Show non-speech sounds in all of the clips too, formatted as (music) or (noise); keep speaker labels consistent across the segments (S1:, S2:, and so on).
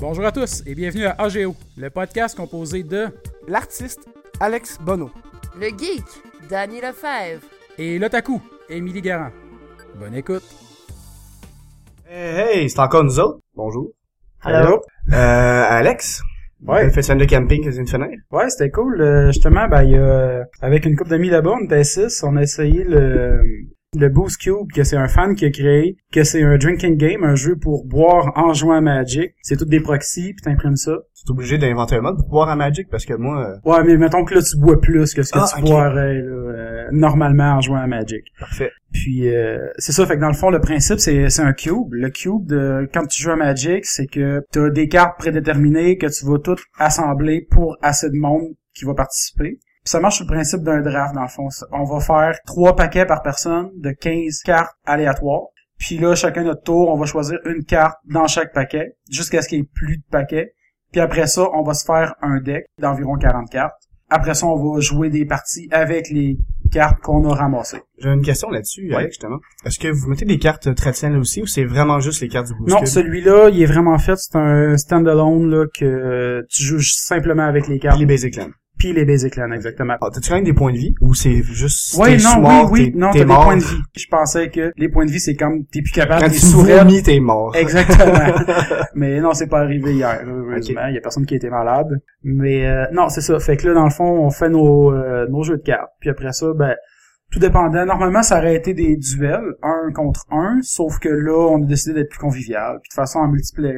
S1: Bonjour à tous et bienvenue à AGO, le podcast composé de
S2: l'artiste Alex Bonneau.
S3: Le geek, Danny Lefebvre.
S1: et l'otaku, Émilie Garand. Bonne écoute.
S4: Hey, hey, c'est encore nous autres.
S5: Bonjour.
S4: Allô. Euh, Alex.
S5: Ouais.
S4: Une semaine de camping que tu viens de finir.
S5: Ouais, c'était cool. Euh, justement, ben, il y a, euh, avec une couple d'amis là-bas, on était six, on a essayé le, le Booze Cube, que c'est un fan qui a créé, que c'est un drinking game, un jeu pour boire en jouant à Magic. C'est toutes des proxys, puis t'imprimes ça.
S4: Tu es obligé d'inventer un mode pour boire à Magic parce que moi, euh,
S5: Ouais, mais mettons que là, tu bois plus que ce que
S4: Ah,
S5: tu
S4: ok.
S5: boirais là, euh, normalement en jouant à Magic.
S4: parfait.
S5: Puis euh, c'est ça, fait que dans le fond, le principe, c'est c'est un cube. Le cube, de, quand tu joues à Magic, c'est que tu as des cartes prédéterminées que tu vas toutes assembler pour assez de monde qui va participer. Puis ça marche sur le principe d'un draft, dans le fond. On va faire trois paquets par personne de 15 cartes aléatoires. Puis là, chacun notre tour, on va choisir une carte dans chaque paquet, jusqu'à ce qu'il n'y ait plus de paquets. Puis après ça, on va se faire un deck d'environ 40 cartes. Après ça, on va jouer des parties avec les cartes qu'on a ramassées.
S4: J'ai une question là-dessus,
S5: Ouais.
S4: Alex, justement. Est-ce que vous mettez des cartes traditionnelles aussi ou c'est vraiment juste les cartes du Boost
S5: Non, celui-là, il est vraiment fait. C'est un standalone là que tu joues simplement avec les cartes.
S4: les basic lands.
S5: Puis les basic lands, exactement.
S4: Ah, t'as-tu quand même des points de vie ou c'est juste
S5: Ouais,
S4: t'es
S5: non,
S4: mort,
S5: oui, oui,
S4: t'es-
S5: non,
S4: t'es
S5: t'as des
S4: mort.
S5: points de vie. Je pensais que les points de vie, c'est comme t'es plus capable,
S4: Quand
S5: t'es
S4: tu
S5: sourd.
S4: souris, t'es mort.
S5: (laughs)
S4: (laughs)
S5: Exactement. Mais non, c'est pas arrivé hier, heureusement. Il y a personne qui était malade. Mais euh, non, c'est ça. Fait que là, dans le fond, on fait nos, euh, nos jeux de cartes. Puis après ça, ben, tout dépendant. Normalement, ça aurait été des duels, un contre un. Sauf que là, on a décidé d'être plus convivial. Puis de façon en multiplayer.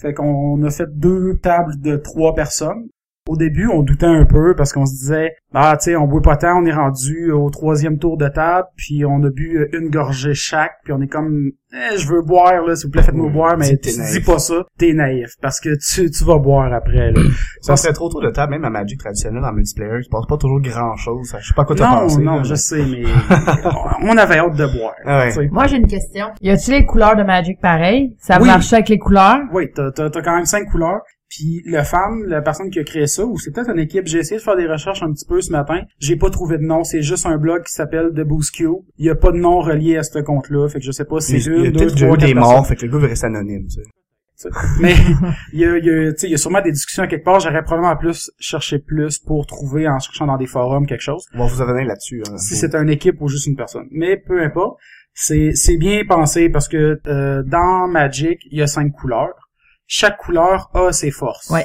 S5: Fait qu'on a fait deux tables de trois personnes. Au début, on doutait un peu parce qu'on se disait, ah, tu sais, on boit pas tant, on est rendu au troisième tour de table, puis on a bu euh, une gorgée chaque, puis on est comme, eh, je veux boire, là, s'il vous plaît, faites-moi
S4: Mmh,
S5: boire, mais
S4: dis que
S5: tu
S4: t'es naïf.
S5: dis pas ça, t'es naïf, parce que tu, tu vas boire après, là.
S4: Ça serait trop tôt de table, même à Magic traditionnel, en multiplayer, tu passes pas toujours grand-chose. Je sais pas à quoi t'as
S5: non,
S4: pensé.
S5: non,
S4: là,
S5: je
S4: mais-
S5: sais,
S4: (laughs)
S5: mais on avait hâte de boire.
S4: Ah ouais.
S5: tu sais.
S6: Moi, j'ai une question. Y a-t-il les couleurs de Magic pareil? Ça
S5: Oui.
S6: marche avec les couleurs?
S5: Oui, t'as t'as- t'as quand même cinq couleurs. Puis le fan, la personne qui a créé ça, ou c'est peut-être une équipe, j'ai essayé de faire des recherches un petit peu ce matin. J'ai pas trouvé de nom, c'est juste un blog qui s'appelle The Boost Q. Il y a pas de nom relié à ce compte-là, fait que je sais pas si c'est
S4: Il y a
S5: une, deux,
S4: peut-être déjà
S5: trois,
S4: eu
S5: quatre
S4: des
S5: personnes.
S4: morts, fait que le gars veut rester anonyme, tu sais. (laughs)
S5: Mais il y a, il y, a, tu sais, il y a sûrement des discussions à quelque part. J'aurais probablement plus cherché plus pour trouver en cherchant dans des forums quelque chose.
S4: On va vous revenir là-dessus. hein.
S5: si c'est une équipe ou juste une personne. Mais peu importe, c'est c'est bien pensé parce que euh, dans Magic, il y a cinq couleurs. Chaque couleur a ses forces.
S6: Ouais.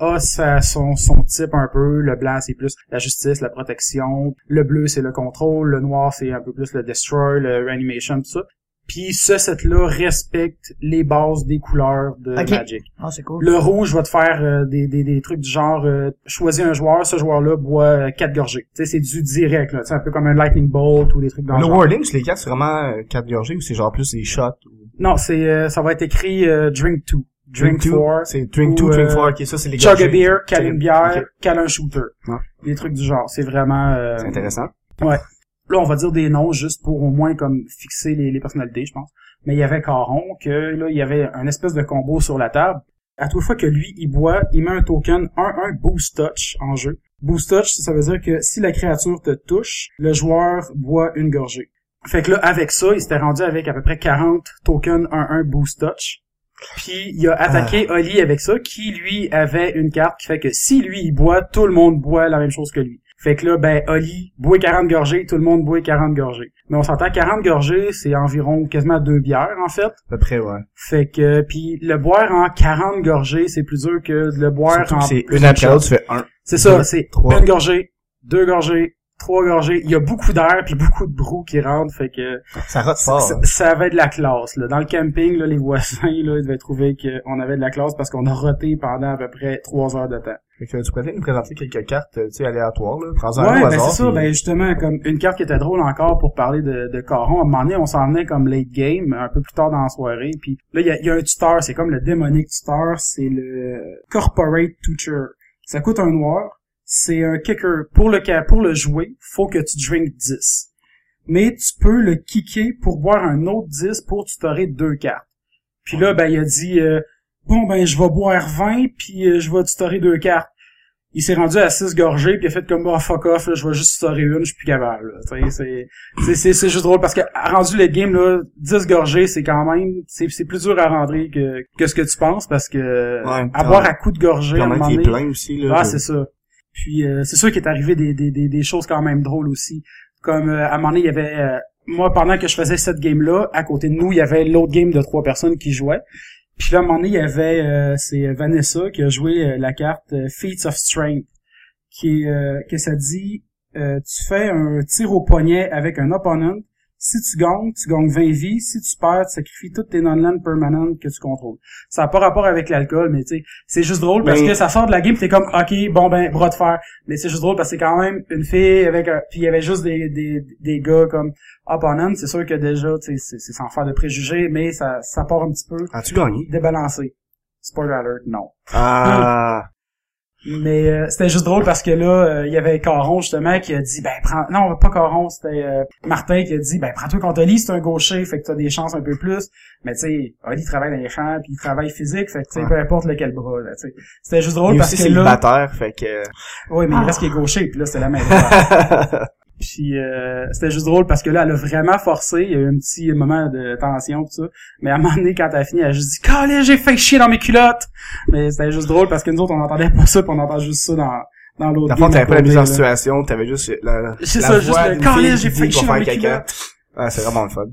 S5: A sa- son, son type un peu. Le blanc, c'est plus la justice, la protection. Le bleu, c'est le contrôle. Le noir, c'est un peu plus le destroy, le reanimation, tout ça. Puis ce set-là respecte les bases des couleurs de
S6: Ok.
S5: Magic.
S4: Ah,
S6: Oh, c'est cool.
S5: Le rouge va te faire euh, des, des, des trucs du genre euh, choisis un joueur, ce joueur-là boit euh, quatre gorgées. Tu sais, c'est du direct là, tu sais, un peu comme un lightning bolt ou des trucs dans le
S4: Le
S5: genre.
S4: wording sur les cartes, c'est vraiment euh, cartes gorgées ou c'est genre plus des shots? ou-
S5: Non, c'est euh, ça va être écrit euh, drink two, drink,
S4: two?
S5: four,
S4: C'est drink two,
S5: ou,
S4: drink
S5: euh,
S4: four, ok, ça c'est les
S5: chug a
S4: gorgées.
S5: beer, cale une bière,
S4: Ok,
S5: cale un shooter.
S4: Ouais.
S5: Des trucs du genre, c'est vraiment euh,
S4: C'est intéressant.
S5: Là, on va dire des noms juste pour au moins comme fixer les, les personnalités, je pense. Mais il y avait Caron, que là, il y avait un espèce de combo sur la table. À toute fois que lui, il boit, il met un token 1-1 Boost Touch en jeu. Boost Touch, ça veut dire que si la créature te touche, le joueur boit une gorgée. Fait que là, avec ça, il s'était rendu avec à peu près 40 tokens 1-1 Boost Touch. Puis il a attaqué Oli avec ça, qui lui avait une carte qui fait que si lui il boit, tout le monde boit la même chose que lui. Fait que là, ben, Oli boit 40 gorgées, tout le monde boit 40 gorgées. Mais on s'entend, 40 gorgées, c'est environ quasiment deux bières, en fait.
S4: À peu près, ouais.
S5: Fait que, puis le boire en 40 gorgées, c'est plus dur que de le boire
S4: Surtout
S5: en...
S4: que c'est
S5: plus
S4: une après l'autre, tu fais un.
S5: C'est ça,
S4: deux,
S5: c'est
S4: trois.
S5: une gorgée, deux gorgées, trois gorgées. Il y a beaucoup d'air, puis beaucoup de brou qui rentre, fait que...
S4: Ça rote
S5: Ça,
S4: fort.
S5: ça-
S4: hein.
S5: ça avait de la classe. Là. Dans le camping, là, les voisins là, ils devaient trouver qu'on avait de la classe parce qu'on a roté pendant à peu près trois heures de temps.
S4: Fait que tu pourrais nous présenter quelques cartes, euh, tu sais, aléatoires, là. Prends-en
S5: ouais,
S4: un au
S5: ben
S4: hasard.
S5: c'est ça.
S4: puis-
S5: Ben justement, comme une carte qui était drôle encore pour parler de, de Caron. À un moment donné, on s'en venait comme late game, un peu plus tard dans la soirée. Puis là, il y a, il y a un tuteur. C'est comme le démonique tuteur. C'est le corporate tutor. Ça coûte un noir. C'est un kicker. Pour le ca- pour le jouer, faut que tu drink 10. Mais tu peux le kicker pour boire un autre 10 pour tutorer deux cartes. Puis là, ben, il a dit, euh, bon, ben, je vais boire 20, puis euh, je vais tutorer deux cartes. il s'est rendu à 6 gorgées puis il a fait comme bah fuck off là, je vais juste sauter une, je suis plus capable. là. Tu sais, c'est- c'est c'est c'est juste drôle parce que rendu le game là, 10 gorgées, c'est quand même c'est c'est plus dur à rentrer que que ce que tu penses parce que
S4: Ouais,
S5: avoir
S4: quand-
S5: à coup de gorgée à un
S4: Quand même,
S5: moment
S4: t'es
S5: donné,
S4: plein aussi, là.
S5: ah,
S4: je-
S5: c'est ça. Puis euh, c'est sûr qu'il est arrivé des, des, des, des choses quand même drôles aussi. Comme euh, à un moment donné, il y avait euh, moi pendant que je faisais cette game là, à côté de nous, il y avait l'autre game de trois personnes qui jouaient. Puis là, à un moment donné, il y avait euh, c'est Vanessa qui a joué euh, la carte euh, Feats of Strength, qui est, euh, que ça dit euh, tu fais un tir au poignet avec un opponent. Si tu gagnes, tu gagnes 20 vies. Si tu perds, tu sacrifies toutes tes non-land permanentes que tu contrôles. Ça n'a pas rapport avec l'alcool, mais tu sais, c'est juste drôle parce
S4: Mais-
S5: que ça sort de la game, t'es comme, ok, bon ben, bras de fer. Mais c'est juste drôle parce que c'est quand même une fille avec un... Puis il y avait juste des, des, des gars comme opponent. C'est sûr que déjà, tu sais, c'est c'est sans faire de préjugés, mais ça, ça part un petit peu
S4: As-tu gagné?
S5: débalancé. Spoiler alert, non.
S4: Ah,
S5: Mais euh, c'était juste drôle parce que là, euh, il y avait Caron justement qui a dit ben prends non pas Caron, c'était euh, Martin qui a dit ben prends-toi contre Oli, c'est un gaucher, fait que t'as des chances un peu plus. Mais tu sais, Oli travaille dans les champs, puis il travaille physique, fait que tu sais
S4: Ouais.
S5: peu importe lequel bras là. tu sais. C'était juste drôle
S4: lui
S5: parce
S4: aussi, c'est
S5: que
S4: le
S5: là,
S4: batteur, fait que...
S5: oui mais il reste qu'il est gaucher, puis là c'est
S4: (laughs)
S5: la main droite. (laughs)
S4: euh,
S5: puis euh, c'était juste drôle parce que là elle a vraiment forcé, il y a eu un petit moment de tension tout ça. Mais à un moment donné quand elle a fini, elle a juste dit Calais, j'ai fait chier dans mes culottes. Mais c'était juste drôle parce que nous autres on entendait pas ça, puis on entend juste ça dans dans l'autre.
S4: (laughs) Dans le fond,
S5: game à
S4: t'avais pas la
S5: côté,
S4: mise en
S5: là.
S4: situation, t'avais juste euh, la, la,
S5: C'est
S4: la
S5: ça,
S4: voix
S5: juste le
S4: d'une
S5: Calais,
S4: fille
S5: j'ai
S4: qui
S5: fait
S4: dit pour
S5: chier dans
S4: faire
S5: mes
S4: caca. Ah, c'est vraiment le fun.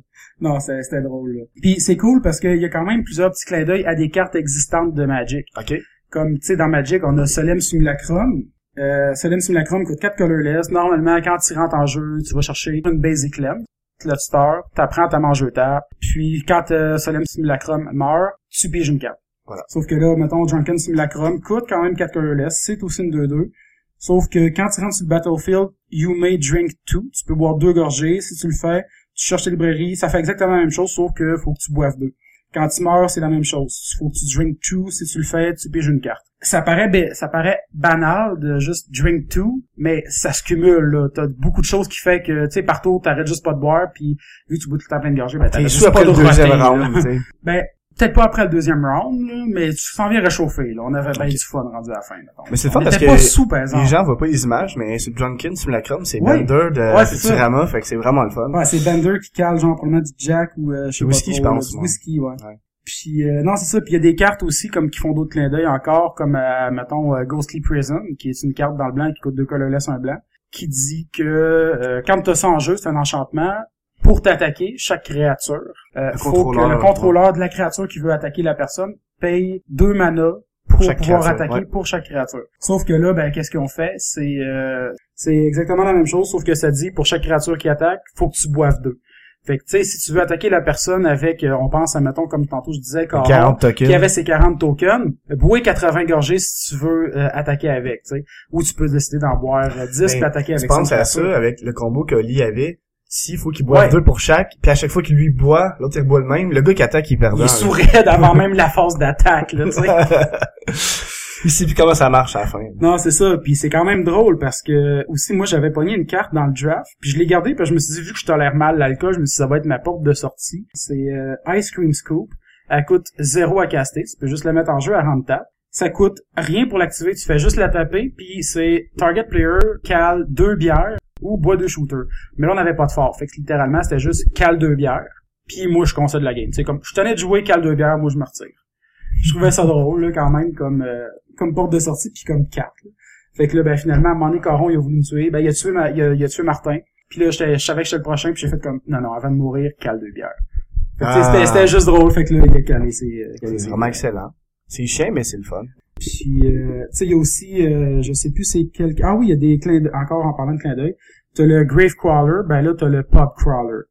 S5: Non, c'était c'était drôle. Là. Puis c'est cool parce qu'il y a quand même plusieurs petits clins d'œil à des cartes existantes de Magic.
S4: OK.
S5: Comme, tu sais, dans Magic, on a Solemn Simulacrum. Euh, Solemn Simulacrum coûte 4 colorless. Normalement, quand tu rentres en jeu, tu vas chercher une basic land, cluster, t'apprends ta mangeuse table. Puis quand euh, Solemn Simulacrum meurt, tu piges une carte.
S4: Voilà.
S5: Sauf que là, mettons, Drunken Simulacrum coûte quand même 4 colorless. C'est aussi une 2-2. Sauf que quand tu rentres sur le battlefield, you may drink two. Tu peux boire deux gorgées. Si tu le fais, tu cherches tes librairies. Ça fait exactement la même chose, sauf que faut que tu boives deux. Quand tu meurs, c'est la même chose. Faut que tu drink two. Si tu le fais, tu piges une carte. Ça paraît, ba- ça paraît banal de juste drink two, mais ça se cumule, là. T'as beaucoup de choses qui fait que, tu sais, partout, t'arrêtes juste pas de boire, puis vu que tu bois tout le temps plein de gorgées, ben,
S4: T'es
S5: t'arrêtes
S4: sous
S5: juste pas de
S4: après le deuxième
S5: roter, là.
S4: round, tu (laughs) sais.
S5: Ben, peut-être pas après le deuxième round, là, mais tu s'en viens réchauffer, là. On avait bien du fun rendu à la fin, mettons.
S4: Mais c'est le
S5: On
S4: fun parce
S5: était
S4: que
S5: pas sous, par exemple.
S4: les gens voient pas les images, mais sur Drunken Simulacrum, c'est
S5: Ouais.
S4: Bender de
S5: Ouais, c'est ça.
S4: Futurama, fait que c'est vraiment le fun.
S5: Ouais, c'est Bender qui cale genre probablement du Jack ou euh, je sais
S4: Du whisky,
S5: pas
S4: je
S5: trop,
S4: pense,
S5: là, Du
S4: ouais.
S5: whisky, ouais.
S4: Ouais.
S5: Puis euh, non, c'est ça. Puis il y a des cartes aussi comme qui font d'autres clins d'œil encore, comme euh, mettons euh, Ghostly Prison, qui est une carte dans le blanc qui coûte deux colorless un blanc, qui dit que euh, quand tu as ça en jeu, c'est un enchantement. Pour t'attaquer, chaque créature, euh,
S4: Le
S5: faut que
S4: contrôleur,
S5: le
S4: ouais.
S5: contrôleur de la créature qui veut attaquer la personne paye deux manas pour
S4: Chaque
S5: pouvoir
S4: créature,
S5: attaquer
S4: ouais.
S5: pour chaque créature. Sauf que là, ben qu'est-ce qu'on fait C'est euh, c'est exactement la même chose, sauf que ça dit pour chaque créature qui attaque, faut que tu boives deux. Fait que tu sais, si tu veux attaquer la personne avec, euh, on pense à mettons comme tantôt je disais, Caron,
S4: 40
S5: qui
S4: tokens.
S5: avait ses 40 tokens, bois 80 gorgées si tu veux euh, attaquer avec, tu sais. Ou tu peux décider d'en boire euh, 10
S4: Ben,
S5: puis attaquer
S4: Tu
S5: avec
S4: penses
S5: cinq
S4: à
S5: créatures.
S4: ça avec le combo que Oli avait. S'il faut qu'il boive
S5: Ouais.
S4: deux pour chaque, puis à chaque fois qu'il lui boit, l'autre il boit le même, le gars qui attaque, il perd.
S5: Il sourit avant même la phase d'attaque, là, tu sais.
S4: (laughs) il sait plus comment ça marche à la fin.
S5: Non, c'est ça. Puis c'est quand même drôle parce que aussi moi j'avais pogné une carte dans le draft, puis je l'ai gardée parce que je me suis dit vu que je tolère mal l'alcool, je me suis dit ça va être ma porte de sortie. C'est euh, Ice Cream Scoop. Elle coûte zéro à caster, tu peux juste la mettre en jeu à rendre tap. Ça coûte rien pour l'activer, tu fais juste la taper, puis c'est target player cale deux bières ou bois deux shooters. Mais là on n'avait pas de fort, fait que littéralement c'était juste cale deux bières. Puis moi je concède la game. C'est comme je tenais de jouer cale deux bières, moi je me retire. Je trouvais ça drôle là, quand même comme euh, comme porte de sortie puis comme carte. là. Fait que là, ben finalement, à un moment donné, Caron, il a voulu me tuer. Ben, il a tué, ma, il a, il a tué Martin. Puis là, j'étais- je savais que j'étais le prochain, puis j'ai fait comme, non, non, avant de mourir, cale deux bières. Fait que, tu sais,
S4: Ah.
S5: c'était- c'était juste drôle. Fait que là, il a calé ses... euh, calé
S4: C'est
S5: ses-
S4: vraiment excellent. C'est chiant, mais c'est le fun.
S5: Puis, euh, tu sais, il y a aussi, euh, je sais plus c'est quel... Ah oui, il y a des clins d'œil, encore en parlant de clins d'œil. T'as le Grave Crawler, ben là, t'as le Pop Crawler.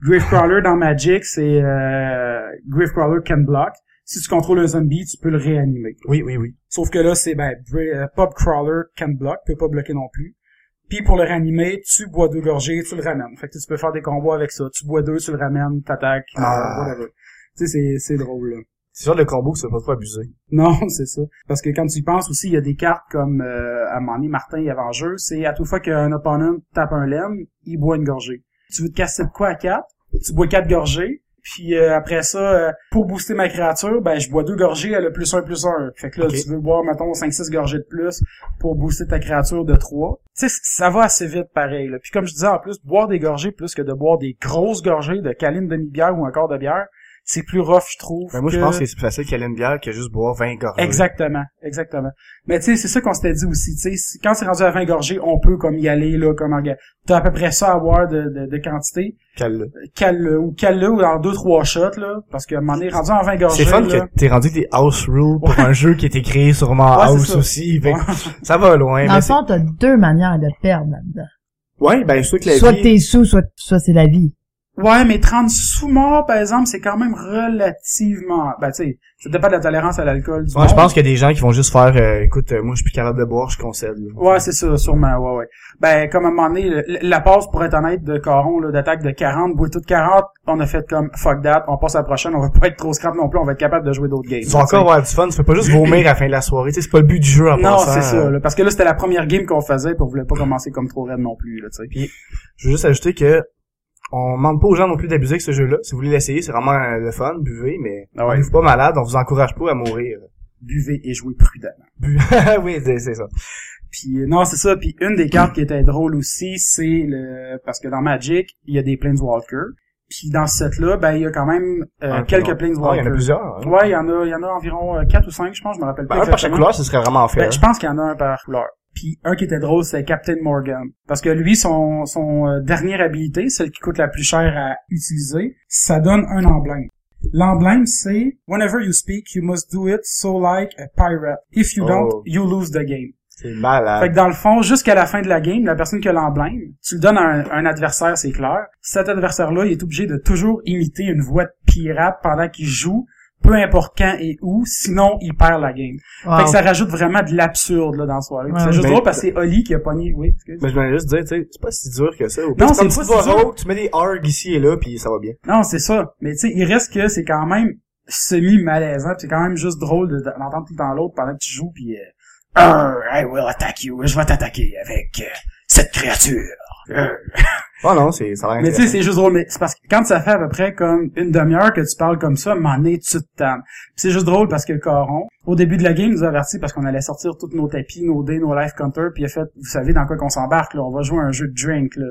S5: Grave Crawler dans Magic, c'est euh, Grave Crawler can block. Si tu contrôles un zombie, tu peux le réanimer.
S4: Oui, oui, oui.
S5: Sauf que là, c'est ben, Bra- euh, Pop Crawler can block, peut pas bloquer non plus. Puis pour le réanimer, tu bois deux gorgées, tu le ramènes. Fait que tu peux faire des combos avec ça. Tu bois deux, tu le ramènes, t'attaques,
S4: Ah.
S5: euh, whatever. Tu sais, c'est- c'est drôle, là.
S4: C'est genre le combo que tu veux pas trop abuser.
S5: (laughs) Non, c'est ça. Parce que quand tu y penses aussi, il y a des cartes comme euh, à un moment donné, Martin il y avait en jeu, c'est à toute fois qu'un opponent tape un laine, il boit une gorgée. Tu veux te casser de quoi à 4? Tu bois quatre gorgées, Puis euh, après ça, euh, pour booster ma créature, ben je bois deux gorgées à le plus un plus un. Fait que là,
S4: Ok.
S5: tu veux boire, mettons, 5-6 gorgées de plus pour booster ta créature de 3. Tu sais, c- ça va assez vite pareil. Là. Puis comme je disais en plus, boire des gorgées plus que de boire des grosses gorgées de caline demi-bière ou encore de bière, c'est plus rough, je trouve.
S4: Ben, moi, je
S5: que-
S4: pense que c'est plus facile qu'elle aime bière que juste boire 20 gorgées.
S5: Exactement, exactement. Mais tu sais, c'est ça qu'on s'était dit aussi, tu sais, si- quand c'est rendu à 20 gorgées, on peut comme y aller, là, comme en... T'as à peu près ça à boire de, de, de quantité,
S4: Qu'elle-
S5: cale ou cale ou en deux, trois shots, là, parce que à un moment donné, rendu en 20 gorgées,
S4: C'est fun
S5: là,
S4: que t'es rendu des house rules pour un jeu qui a été créé sûrement
S5: Ouais, c'est
S4: house
S5: ça.
S4: aussi. fait que
S5: Ouais.
S4: ça va loin.
S6: Dans
S4: mais
S6: le fond, t'as deux manières de perdre là-dedans.
S4: c'est- ouais, ben, je sais que la
S6: Soit
S4: vie-
S6: t'es sous, soit, soit c'est la vie.
S5: Ouais, mais 30 sous-morts, par exemple, c'est quand même relativement... Ben, tu sais, ça dépend de la tolérance à l'alcool du
S4: Moi, je
S5: monde.
S4: pense qu'il y a des gens qui vont juste faire, euh, écoute, euh, moi, je suis plus capable de boire, je concède. là.
S5: Ouais, c'est ça, sûrement, ouais, ouais. Ben, comme à un moment donné, le- la passe, pour être honnête, de Caron, là, d'attaque de 40, bout de 40, on a fait comme, fuck that, on passe à la prochaine, on va pas être trop scrap non plus, on va être capable de jouer d'autres games.
S4: Tu vas encore avoir du fun, tu
S5: (laughs)
S4: fais pas juste vomir à la fin de la soirée, tu sais, c'est pas le but du jeu en
S5: Non,
S4: passant,
S5: c'est ça,
S4: euh.
S5: là, parce que là, c'était la première game qu'on faisait, puis on voulait pas commencer comme trop raide non plus, là, tu sais.
S4: Je veux juste ajouter que on demande pas aux gens non plus d'abuser avec ce jeu-là. Si vous voulez l'essayer, c'est vraiment euh, le fun, buvez, mais
S5: Ah ouais.
S4: on vous pas malade, on vous encourage pas à mourir.
S5: Buvez et jouez prudemment.
S4: Bu- (laughs) oui, c'est c'est ça.
S5: Puis, euh, non, c'est ça, puis une des cartes qui était drôle aussi, c'est le... Parce que dans Magic, il y a des Planeswalkers, puis dans ce set-là, ben, il y a quand même euh,
S4: Ah,
S5: quelques
S4: non. Ah, Il y en a
S5: Planeswalkers.
S4: plusieurs. hein.
S5: Ouais, il y en a, il y en a environ 4 ou 5, je pense, je me rappelle pas
S4: Ben, un par chaque
S5: exactement.
S4: couleur, ce serait vraiment fair.
S5: Ben, je pense qu'il y en a un par couleur. Puis un qui était drôle, c'est Captain Morgan. Parce que lui, son, son euh, dernière habilité, celle qui coûte la plus chère à utiliser, ça donne un emblème. L'emblème, c'est « Whenever you speak, you must do it so like a pirate. If you don't,
S4: Oh.
S5: you lose the game.
S4: C'est
S5: Fait que
S4: malade.
S5: dans le fond, jusqu'à la fin de la game, la personne qui a l'emblème, tu le donnes à un, un adversaire, c'est clair. Cet adversaire-là, il est obligé de toujours imiter une voix de pirate pendant qu'il joue, peu importe quand et où, sinon il perd la game.
S6: Wow.
S5: Fait que ça rajoute vraiment de l'absurde là dans la soirée.
S6: Ouais, Ben,
S5: c'est juste
S4: mais-
S5: drôle parce que c'est Oli qui a pogné. Oui, excuse.
S4: Mais je voulais juste dire, tu sais, c'est pas si dur que ça. Au pire,
S5: Non,
S4: comme
S5: c'est
S4: tu
S5: pas
S4: vas
S5: si dur.
S4: rogue, tu mets des args ici et là, puis ça va bien.
S5: Non, c'est ça. Mais tu sais, il reste que c'est quand même semi-malaisant. puis C'est quand même juste drôle de- d'entendre tout le temps l'autre pendant que tu joues puis euh, Arr, I will attack you. Je vais t'attaquer avec euh, cette créature. Arr.
S4: Oh non, c'est, ça va
S5: Mais tu sais, c'est juste drôle, mais c'est parce que quand ça fait à peu près comme une demi-heure que tu parles comme ça, m'en es-tu de temps? c'est juste drôle parce que Caron, au début de la game, il nous a averti parce qu'on allait sortir tous nos tapis, nos dés, nos life counters, puis il a fait, vous savez dans quoi qu'on s'embarque, là, on va jouer à un jeu de drink, là.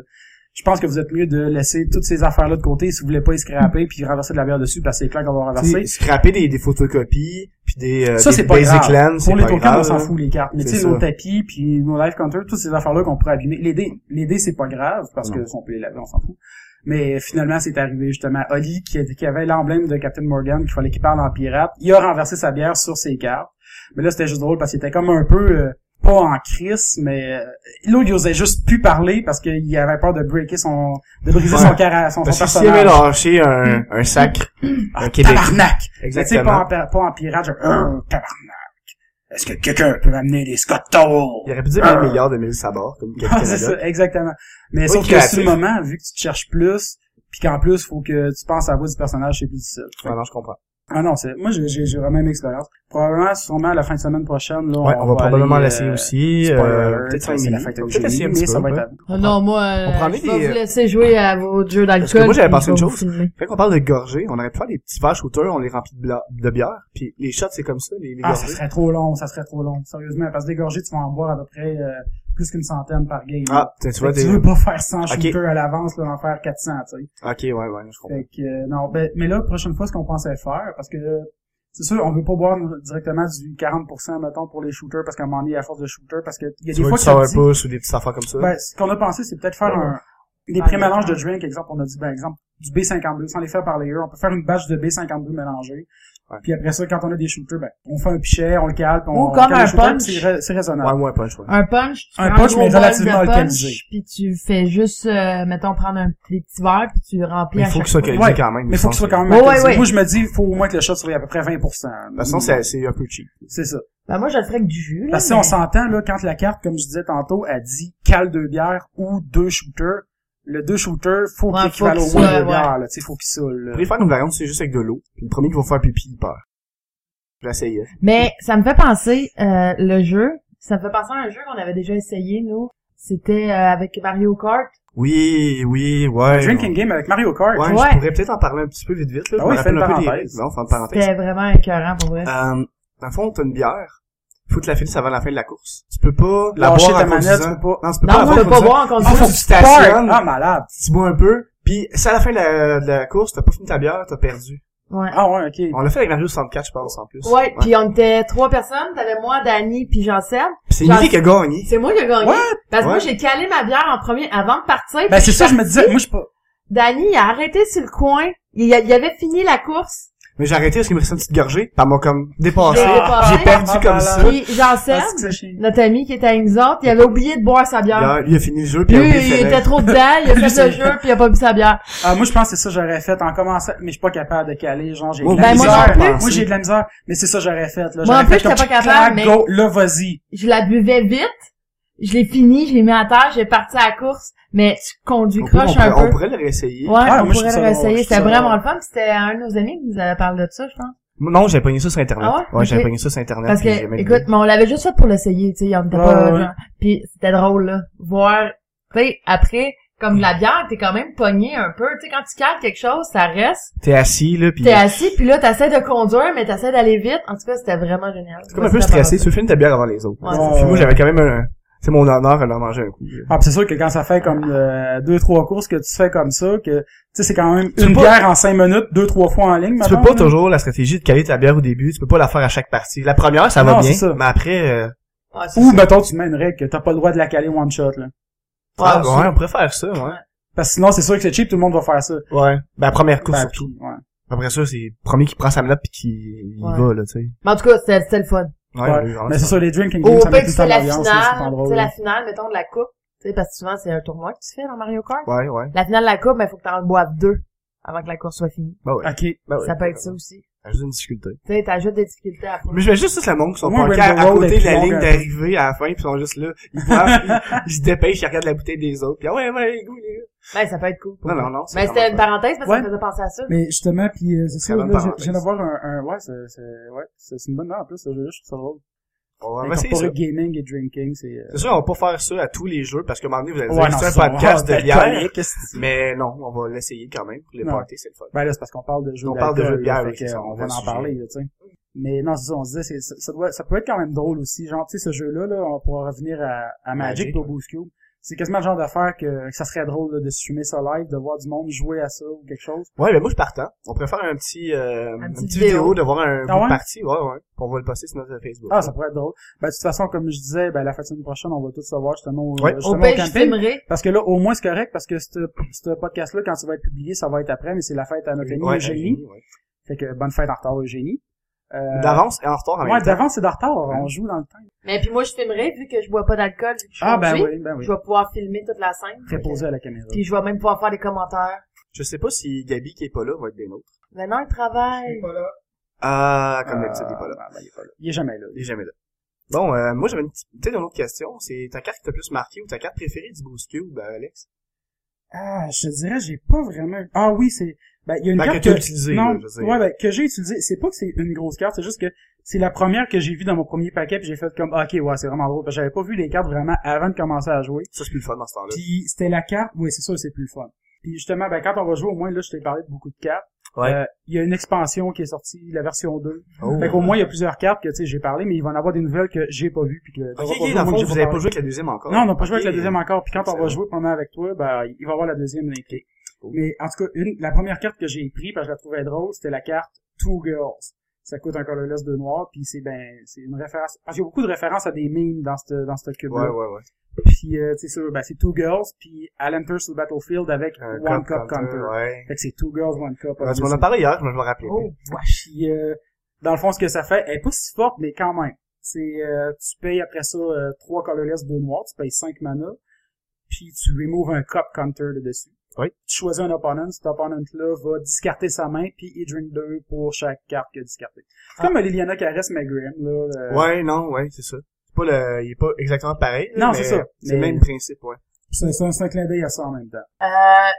S5: Je pense que vous êtes mieux de laisser toutes ces affaires-là de côté si vous voulez pas y scraper puis renverser de la bière dessus parce que c'est clair qu'on va renverser.
S4: Tu sais, scraper des, des photocopies, puis des, euh,
S5: Ça,
S4: des
S5: c'est pas
S4: basic
S5: grave.
S4: lands, c'est
S5: Pour les
S4: pas
S5: tokens, on
S4: grave.
S5: s'en fout les cartes. Mais
S4: C'est
S5: tu sais,
S4: ça.
S5: nos tapis, puis nos life counters, toutes ces affaires-là qu'on pourrait abîmer. Les dés, les dés, c'est pas grave, parce
S4: Non.
S5: que si on peut les laver, on s'en fout. Mais finalement, c'est arrivé justement. Oli, qui, qui avait l'emblème de Captain Morgan, qu'il fallait qu'il parle en pirate, il a renversé sa bière sur ses cartes. Mais là, c'était juste drôle parce qu'il était comme un peu euh, pas en crise, mais euh, l'autre, il osait juste plus parler parce qu'il avait peur de breaker son. de briser
S4: Ouais.
S5: son, cara- son, son
S4: Parce que s'il avait
S5: personnage.
S4: lâché un, un sac, un Québec.
S5: Tabarnak! Mais tu sais, pas,
S4: Exactement.
S5: en, pa- pas en pirate, genre, Euh, tabarnak. Est-ce que quelqu'un peut m'amener des Scott Toll?
S4: Il aurait pu dire un milliard de mille sabords, comme
S5: (laughs)
S4: Captain
S5: Ah, c'est
S4: Canada.
S5: ça, exactement. Mais
S4: Pas
S5: sauf que
S4: créatif.
S5: sur le moment, vu que tu te cherches plus, puis qu'en plus, faut que tu penses à la voix du personnage, c'est plus difficile.
S4: Ah non, je comprends.
S5: Ah non, c'est, moi, j'ai, j'ai, j'ai vraiment une expérience. Probablement, sûrement, la fin de semaine prochaine, là,
S4: Ouais, on va
S5: aller,
S4: probablement
S5: euh,
S4: l'essayer aussi.
S5: spoiler,
S4: euh, Peut-être
S5: c'est la fête à Eugénie,
S4: essayer un
S5: mais
S4: petit
S5: ça
S4: peu,
S5: va être
S4: ouais.
S5: à-
S6: Ah non, moi,
S4: On prend
S6: euh, je
S4: des-
S6: vais vous laisser jouer à vos jeux d'alcool.
S4: Parce que moi, j'avais
S6: puis
S4: pensé
S6: je vais
S4: une
S6: vous
S4: chose.
S6: filmer.
S4: Fait qu'on parle de gorgée, on aurait pu faire des petits verres shooters, on les remplit de, bla- de bière, puis les shots, c'est comme ça, les, les
S5: Ah, ça
S4: gorgées.
S5: serait trop long, ça serait trop long. Sérieusement, parce que des gorgées, tu vas en boire à peu près, euh, plus qu'une centaine par game.
S4: Ah, tu vois,
S5: Fait que
S4: des...
S5: tu veux pas faire 100
S4: Ok.
S5: shooters à l'avance, là, en faire 400, tu sais.
S4: Ok, ouais, ouais, je comprends.
S5: Fait que, euh, non, ben, mais là, prochaine fois, ce qu'on pensait faire, parce que, euh, c'est sûr, on veut pas boire nous, directement du 40%, mettons, pour les shooters, parce qu'à un moment donné, à force de shooters, parce que, il y a
S4: Tu
S5: des
S4: veux
S5: fois
S4: du
S5: que ça dit,
S4: sourpuss ou des petites affaires comme ça.
S5: ben, ce qu'on a pensé, c'est peut-être faire
S4: Ouais.
S5: un, des
S6: Ah,
S5: pré-mélanges de
S6: d'accord.
S5: drink, exemple, on a dit, ben, exemple, du B52, sans les faire par layer, on peut faire une batch de B52 mélangée.
S4: Ouais.
S5: Puis après ça, quand on a des shooters, ben, on fait un pichet, on le cale, puis on,
S6: Ou
S5: on
S6: comme
S5: cale
S6: un
S5: le shooter,
S6: punch.
S5: puis c'est ra- c'est raisonnable.
S4: Ouais, ouais, pas le choix.
S6: Un punch, tu
S5: Un
S6: prends
S5: punch,
S6: gros
S5: mais
S6: bol de
S5: relativement
S6: punch,
S5: alcoolisé.
S6: Puis tu fais juste, euh, mettons, prendre un petit petit verre, puis tu remplis
S4: Mais
S6: à
S4: il faut
S6: chaque
S4: que ça soit
S5: Ouais,
S4: quand même.
S5: Mais faut que ce soit quand même
S6: Ouais, ouais,
S5: alcoolisé.
S6: ouais.
S5: Moi, je me dis, faut au moins que le shot soit à peu près 20%.
S4: De toute façon, c'est c'est un peu cheap.
S5: C'est ça.
S6: Ben, moi, je le ferais avec du jus, là.
S5: Parce que
S6: mais-
S5: on s'entend, là, quand la carte, comme je disais tantôt, elle dit cale deux bières ou deux shooters, le deux shooters, faut
S6: Ouais,
S5: qu'il équivale
S6: faut
S5: au
S6: qu'il
S5: moins
S6: soit,
S5: deux
S6: ouais.
S5: bières, là, tu sais, faut qu'il saoule.
S4: Je
S5: là.
S4: pourrais faire une variante, c'est juste avec de l'eau. Puis le premier qui va faire pipi, il perd. Je vais essayer.
S6: Mais ça me fait penser euh, le jeu. Ça me fait penser à un jeu qu'on avait déjà essayé, nous. C'était euh, avec Mario Kart.
S4: Oui, oui, ouais.
S5: Un Drinking Game avec Mario Kart.
S4: Ouais,
S6: Ouais.
S4: je pourrais peut-être en parler un petit peu vite vite, là.
S5: Ah
S4: Je
S5: oui,
S4: me rappelle
S5: fais une
S4: un peu des-
S5: parenthèse.
S4: Bon, fin de parenthèse.
S6: C'était vraiment écœurant pour vrai.
S4: Euh, dans le fond, t'as une bière. Faut que tu la finisses avant la fin de la course. Tu peux pas la
S5: Lâcher
S4: boire
S5: ta
S4: en
S5: manette,
S4: conduisant.
S5: tu peux pas-
S4: Non, tu peux pas
S6: non,
S4: la
S6: on
S4: boire en
S6: peut pas
S4: conduisant.
S6: voir en
S5: Ah, faut
S6: conduisant.
S5: que tu
S4: stationnes.
S5: stationnes. Ah, malade.
S4: Tu bois un peu, puis si à la fin de la, de la course, t'as pas fini ta bière, t'as perdu.
S6: Ouais.
S5: Ah ouais, ok.
S4: On l'a fait avec Mario 64, je pense, en plus.
S6: Ouais, puis on était trois personnes, t'avais moi, Dani, puis Janssen.
S4: Pis c'est
S6: Genre-
S4: Nicky qui a gagné.
S6: C'est moi qui ai gagné.
S5: Ouais,
S6: parce que moi,
S4: ouais.
S6: j'ai calé ma bière en premier avant de partir.
S5: Ben c'est ça, je me disais, moi je suis pas...
S6: Dani, il a arrêté sur le coin. Il, a- il avait fini la course.
S4: Mais j'ai arrêté parce qu'il me restait une petite gorgée. Pis elle m'a comme dépassé.
S6: Ah,
S4: J'ai perdu
S5: ah, voilà.
S4: comme ça.
S6: Puis Janssen,
S5: Ah, c'est que c'est chiant.
S6: notre ami qui était avec nous autres, il avait oublié de boire sa bière.
S4: Hier, lui a fini le jeu pis
S6: euh, Lui,
S4: il a oublié
S6: il
S4: le
S6: était
S4: fenêtre.
S6: trop dedans, il a
S5: Lui,
S6: fait
S5: c'est-
S6: le jeu, puis il a pas bu sa bière.
S5: Ah, moi, je pense que c'est ça que j'aurais fait en commençant, mais je suis pas capable de caler, genre, j'ai de
S4: Oh,
S5: la
S6: ben, moi non
S5: misère.
S6: plus.
S5: Moi, j'ai de la misère, mais c'est ça que j'aurais fait, là.
S6: Moi, en
S5: J'aurais
S6: plus,
S5: fait comme
S6: j'étais pas
S5: clac,
S6: capable, mais-
S5: go, là, vas-y.
S6: Je la buvais vite, je l'ai fini, je l'ai mis à terre, j'ai parti à la course, mais tu conduis
S4: On pourrait-
S6: croche
S4: on
S6: un
S4: pourrait- on
S6: peu.
S4: pourrait le réessayer.
S6: Ouais,
S5: Ah,
S6: on
S5: moi, je trouve
S6: pourrait
S5: ça
S6: le
S5: drôle,
S6: réessayer.
S5: je trouve
S6: C'était
S5: ça
S6: vraiment
S5: drôle.
S6: le fun, puis c'était un de nos amis qui nous avait parlé de ça, je pense.
S4: Non, j'avais pogné ça sur Internet.
S6: Ah ouais?
S4: j'avais
S6: Ok.
S4: pogné ça sur Internet.
S6: Parce
S4: pis
S6: que,
S4: j'ai aimé le
S6: écoute, mais on l'avait juste fait pour l'essayer, tu sais, on était
S5: Ouais,
S6: pas,
S5: ouais.
S6: genre, pis c'était drôle, là, voir, tu sais, après, comme la bière, t'es quand même pogné un peu, tu sais, quand tu cales quelque chose, ça reste,
S4: T'es assis, là, euh, pis
S6: t'es assis, puis là, t'essaies de conduire, mais t'essaies d'aller vite, en tout cas, c'était vraiment génial.
S4: C'est comme un peu stressé. Tu finis ta bière avant les autres.
S6: Ouais,
S5: c'est
S4: Puis
S5: ça.
S4: moi, j'avais quand même un, c'est mon honneur à leur manger un coup. là.
S5: Ah, pis c'est sûr que quand ça fait comme euh, deux, trois courses que tu fais comme ça, que, tu sais, c'est quand même
S4: Tu
S5: une
S4: peux
S5: bière en cinq minutes, deux, trois fois en ligne,
S4: Tu peux
S5: mettons,
S4: pas
S5: là.
S4: toujours la stratégie de caler ta bière au début. Tu peux pas la faire à chaque partie. La première,
S6: Ah
S4: ça va
S5: Non,
S4: bien.
S5: c'est ça.
S4: Mais après, euh,
S5: Ou, mettons, tu mets une règle que t'as pas le droit de la caler one shot, là.
S4: ah,
S6: Ah,
S4: ouais, on pourrait faire ça, ouais.
S5: Parce que sinon, c'est sûr que c'est cheap, tout le monde va faire ça.
S4: Ouais. Ben, la première course,
S5: Ben,
S4: surtout.
S5: puis, ouais.
S4: Après ça, c'est le premier qui prend sa manette pis qui il y
S6: Ouais.
S4: va, là, tu sais.
S6: Mais en tout cas, c'était c'était le fun.
S4: Ouais,
S5: Ouais.
S4: ouais,
S5: Mais c'est sûr, les drinking games,
S6: Au
S5: ça
S6: pire,
S5: met
S6: tu
S5: tout le temps
S6: fais la
S5: l'ambiance, là, c'est pas
S6: finale, tu sais,
S5: drôle.
S6: la
S5: là.
S6: finale, mettons, de la coupe, tu sais, parce que souvent, c'est un tournoi que tu fais dans Mario Kart.
S4: Ouais, ouais.
S6: La finale de la coupe, ben, faut que t'en boives deux avant que la course soit finie.
S4: Ben, ouais.
S5: Ok.
S4: Ben, ouais.
S6: Ça peut être ça aussi.
S4: T'as juste une difficulté.
S6: Tu sais, t'ajoutes des difficultés à
S4: Mais je vais juste le monde qui sont
S5: Moi,
S4: parqués
S5: Rainbow
S4: à
S5: Road
S4: côté de
S5: est hein.
S4: la
S5: plus
S4: ligne
S5: long,
S4: d'arrivée à la fin, puis ils sont juste là.
S5: (laughs)
S4: Ils boivent, ils, ils se dépêchent, ils regardent la bouteille des autres, puis ah ouais, ouais, les gars, les gars.
S6: Ben, ça peut être cool.
S4: Non, non, non. c'est
S6: Mais
S4: vraiment
S6: c'était une parenthèse parce que ça
S5: Ouais.
S6: me faisait penser à ça.
S5: Mais justement, puis euh, c'est
S4: Très
S5: sûr,
S4: bonne
S5: là, j'ai-
S4: parenthèse.
S5: j'ai viens d'avoir un, un... Ouais, c'est... c'est- Ouais, c'est c'est une bonne heure, en plus, ce jeu-là, je trouve ça drôle.
S4: pas- On va essayer ça.
S5: Incorporer gaming et drinking, c'est... euh,
S4: C'est sûr, on va pas faire ça à tous les jeux, parce qu'à un moment donné, vous allez
S5: Ouais,
S4: dire,
S5: non,
S4: c'est un
S5: ça,
S4: podcast
S5: on va
S4: de bière.
S5: être connecté.
S4: Mais non, on va l'essayer quand même pour les
S5: Non.
S4: parties, c'est le fun.
S5: Ben là, c'est parce qu'on parle de jeux
S4: On parle de
S5: d'alcool,
S4: jeux de bière,
S5: là,
S4: oui,
S5: fait
S4: c'est
S5: que
S4: ça,
S5: on
S4: on
S5: va
S4: va
S5: en
S4: le sujet.
S5: parler, là, tu sais. Mais non, c'est ça, on se disait, c'est- ça, ça doit, ça peut être quand même drôle aussi. Genre, tu sais, ce jeu-là, là, on pourra revenir à, à Magic,
S4: Magic,
S5: pour
S4: ouais.
S5: Boost Cube. C'est quasiment le genre d'affaire que, que ça serait drôle là, de streamer ça live, de voir du monde jouer à ça ou quelque chose.
S4: Ouais, mais moi, je partant. On préfère un petit, euh, un
S6: petit
S4: petit
S6: vidéo.
S4: vidéo de voir un
S5: Ah
S4: bout de
S5: ouais?
S4: partie, ouais, ouais. Puis On va le poster sur notre Facebook.
S5: Ah, ça pourrait être drôle. Ben, de toute façon, comme je disais, ben, la fin de semaine prochaine, on va tous se voir justement au,
S4: Ouais.
S5: justement
S6: Au
S5: au
S6: pire, je
S5: camping.
S6: filmerai.
S5: Parce que là, au moins, c'est correct, parce que ce ce podcast-là, quand ça va être publié, ça va être après, mais c'est la fête à notre ami
S4: Ouais,
S5: Eugénie.
S4: Eugénie, ouais.
S5: Fait que bonne fête en retard, Eugénie. Euh,
S4: D'avance et en retard en
S5: Ouais,
S4: même temps.
S5: d'avance et de retard, on
S4: Ouais.
S5: joue dans le temps.
S6: Mais puis moi, je filmerai vu que je bois pas d'alcool, vu que je suis
S5: Ah, ben
S6: conduis.
S5: oui, ben oui.
S6: Je vais pouvoir filmer toute la scène.
S5: Très posé à la caméra.
S6: Puis je vais même pouvoir faire des commentaires.
S4: Je sais pas si Gabi qui est pas là va être des nôtres.
S6: Mais non, le travail.
S4: Ah, comme
S5: Euh,
S4: d'habitude, il est pas là.
S5: ben, ben, il est pas là. Il est jamais là.
S4: Il est jamais là. Bon, euh, moi j'avais une petite- peut-être une autre question. C'est ta carte qui t'a plus marqué ou ta carte préférée du Boost Cube, euh, Alex?
S5: Ah, je te dirais, j'ai pas vraiment... Ah oui, c'est... Ben, il y a une
S4: Ben, que
S5: carte
S4: t'as utilisée,
S5: Non,
S4: là, je veux dire.
S5: ouais, ben, que j'ai utilisée. C'est pas que c'est une grosse carte, c'est juste que c'est la première que j'ai vue dans mon premier paquet, puis j'ai fait comme, Ah, OK, ouais, c'est vraiment drôle. Parce que J'avais pas vu les cartes vraiment avant de commencer à jouer.
S4: Ça c'est plus le fun dans ce temps-là.
S5: Puis c'était la carte, oui, c'est ça, c'est plus le fun. Puis justement, ben, quand on va jouer, au moins, là, je t'ai parlé de beaucoup de cartes.
S4: Ouais.
S5: Euh, Il y a une expansion qui est sortie, la version 2.
S4: Oh.
S5: Fait qu'au moins, il y a plusieurs cartes que, tu sais, j'ai parlé, mais il va en avoir des nouvelles que j'ai pas vues, puis que...
S4: Ok,
S5: t'auras pas
S4: ok,
S5: vu,
S4: dans le
S5: moi,
S4: fond,
S5: que j'ai
S4: vous avez
S5: parlé.
S4: pas joué avec la deuxième encore.
S5: Non, on n'a pas joué
S4: Ok.
S5: avec la deuxième encore. Puis quand on va
S4: Excellent.
S5: jouer premièrement avec toi, ben, il va y avoir la deuxième linkée.
S4: Cool.
S5: Mais en tout cas, une, la première carte que j'ai prise parce que je la trouvais drôle, c'était la carte Two Girls. Ça coûte un colorless de noir, puis c'est ben c'est une référence. Parce qu'il y a beaucoup de références à des mimes dans ce dans ce cube
S4: Ouais, ouais, ouais.
S5: Puis euh, c'est sûr, ben c'est Two Girls, puis elle enter sur le battlefield avec
S4: Un
S5: One
S4: Euh, cup
S5: Cup
S4: counter,
S5: Counter.
S4: Ouais.
S5: Fait que c'est Two Girls One Cup.
S4: Ouais, tu m'en as
S5: obviously.
S4: parlé hier, je me je me rappelais.
S5: Oh, wesh. Puis, euh, dans le fond, ce que ça fait, elle est pas si forte, mais quand même. C'est, euh, tu payes après ça euh, 3 colorless, 2 noirs, tu payes 5 mana, puis tu removes un cup counter de dessus.
S4: Oui.
S5: Tu choisis un opponent, cet opponent-là va discarter sa main, puis il drink 2 pour chaque carte qu'il a discartée. C'est Comme Liliana Caress Magrim, là. euh,
S4: Ah. Ouais, non, ouais, c'est ça. C'est pas le, il est pas exactement pareil.
S5: Non,
S4: mais
S5: c'est ça.
S4: C'est le
S5: Mais-
S4: même principe, ouais.
S5: C'est c'est un, c'est un clin d'œil à ça en même temps.
S6: Euh,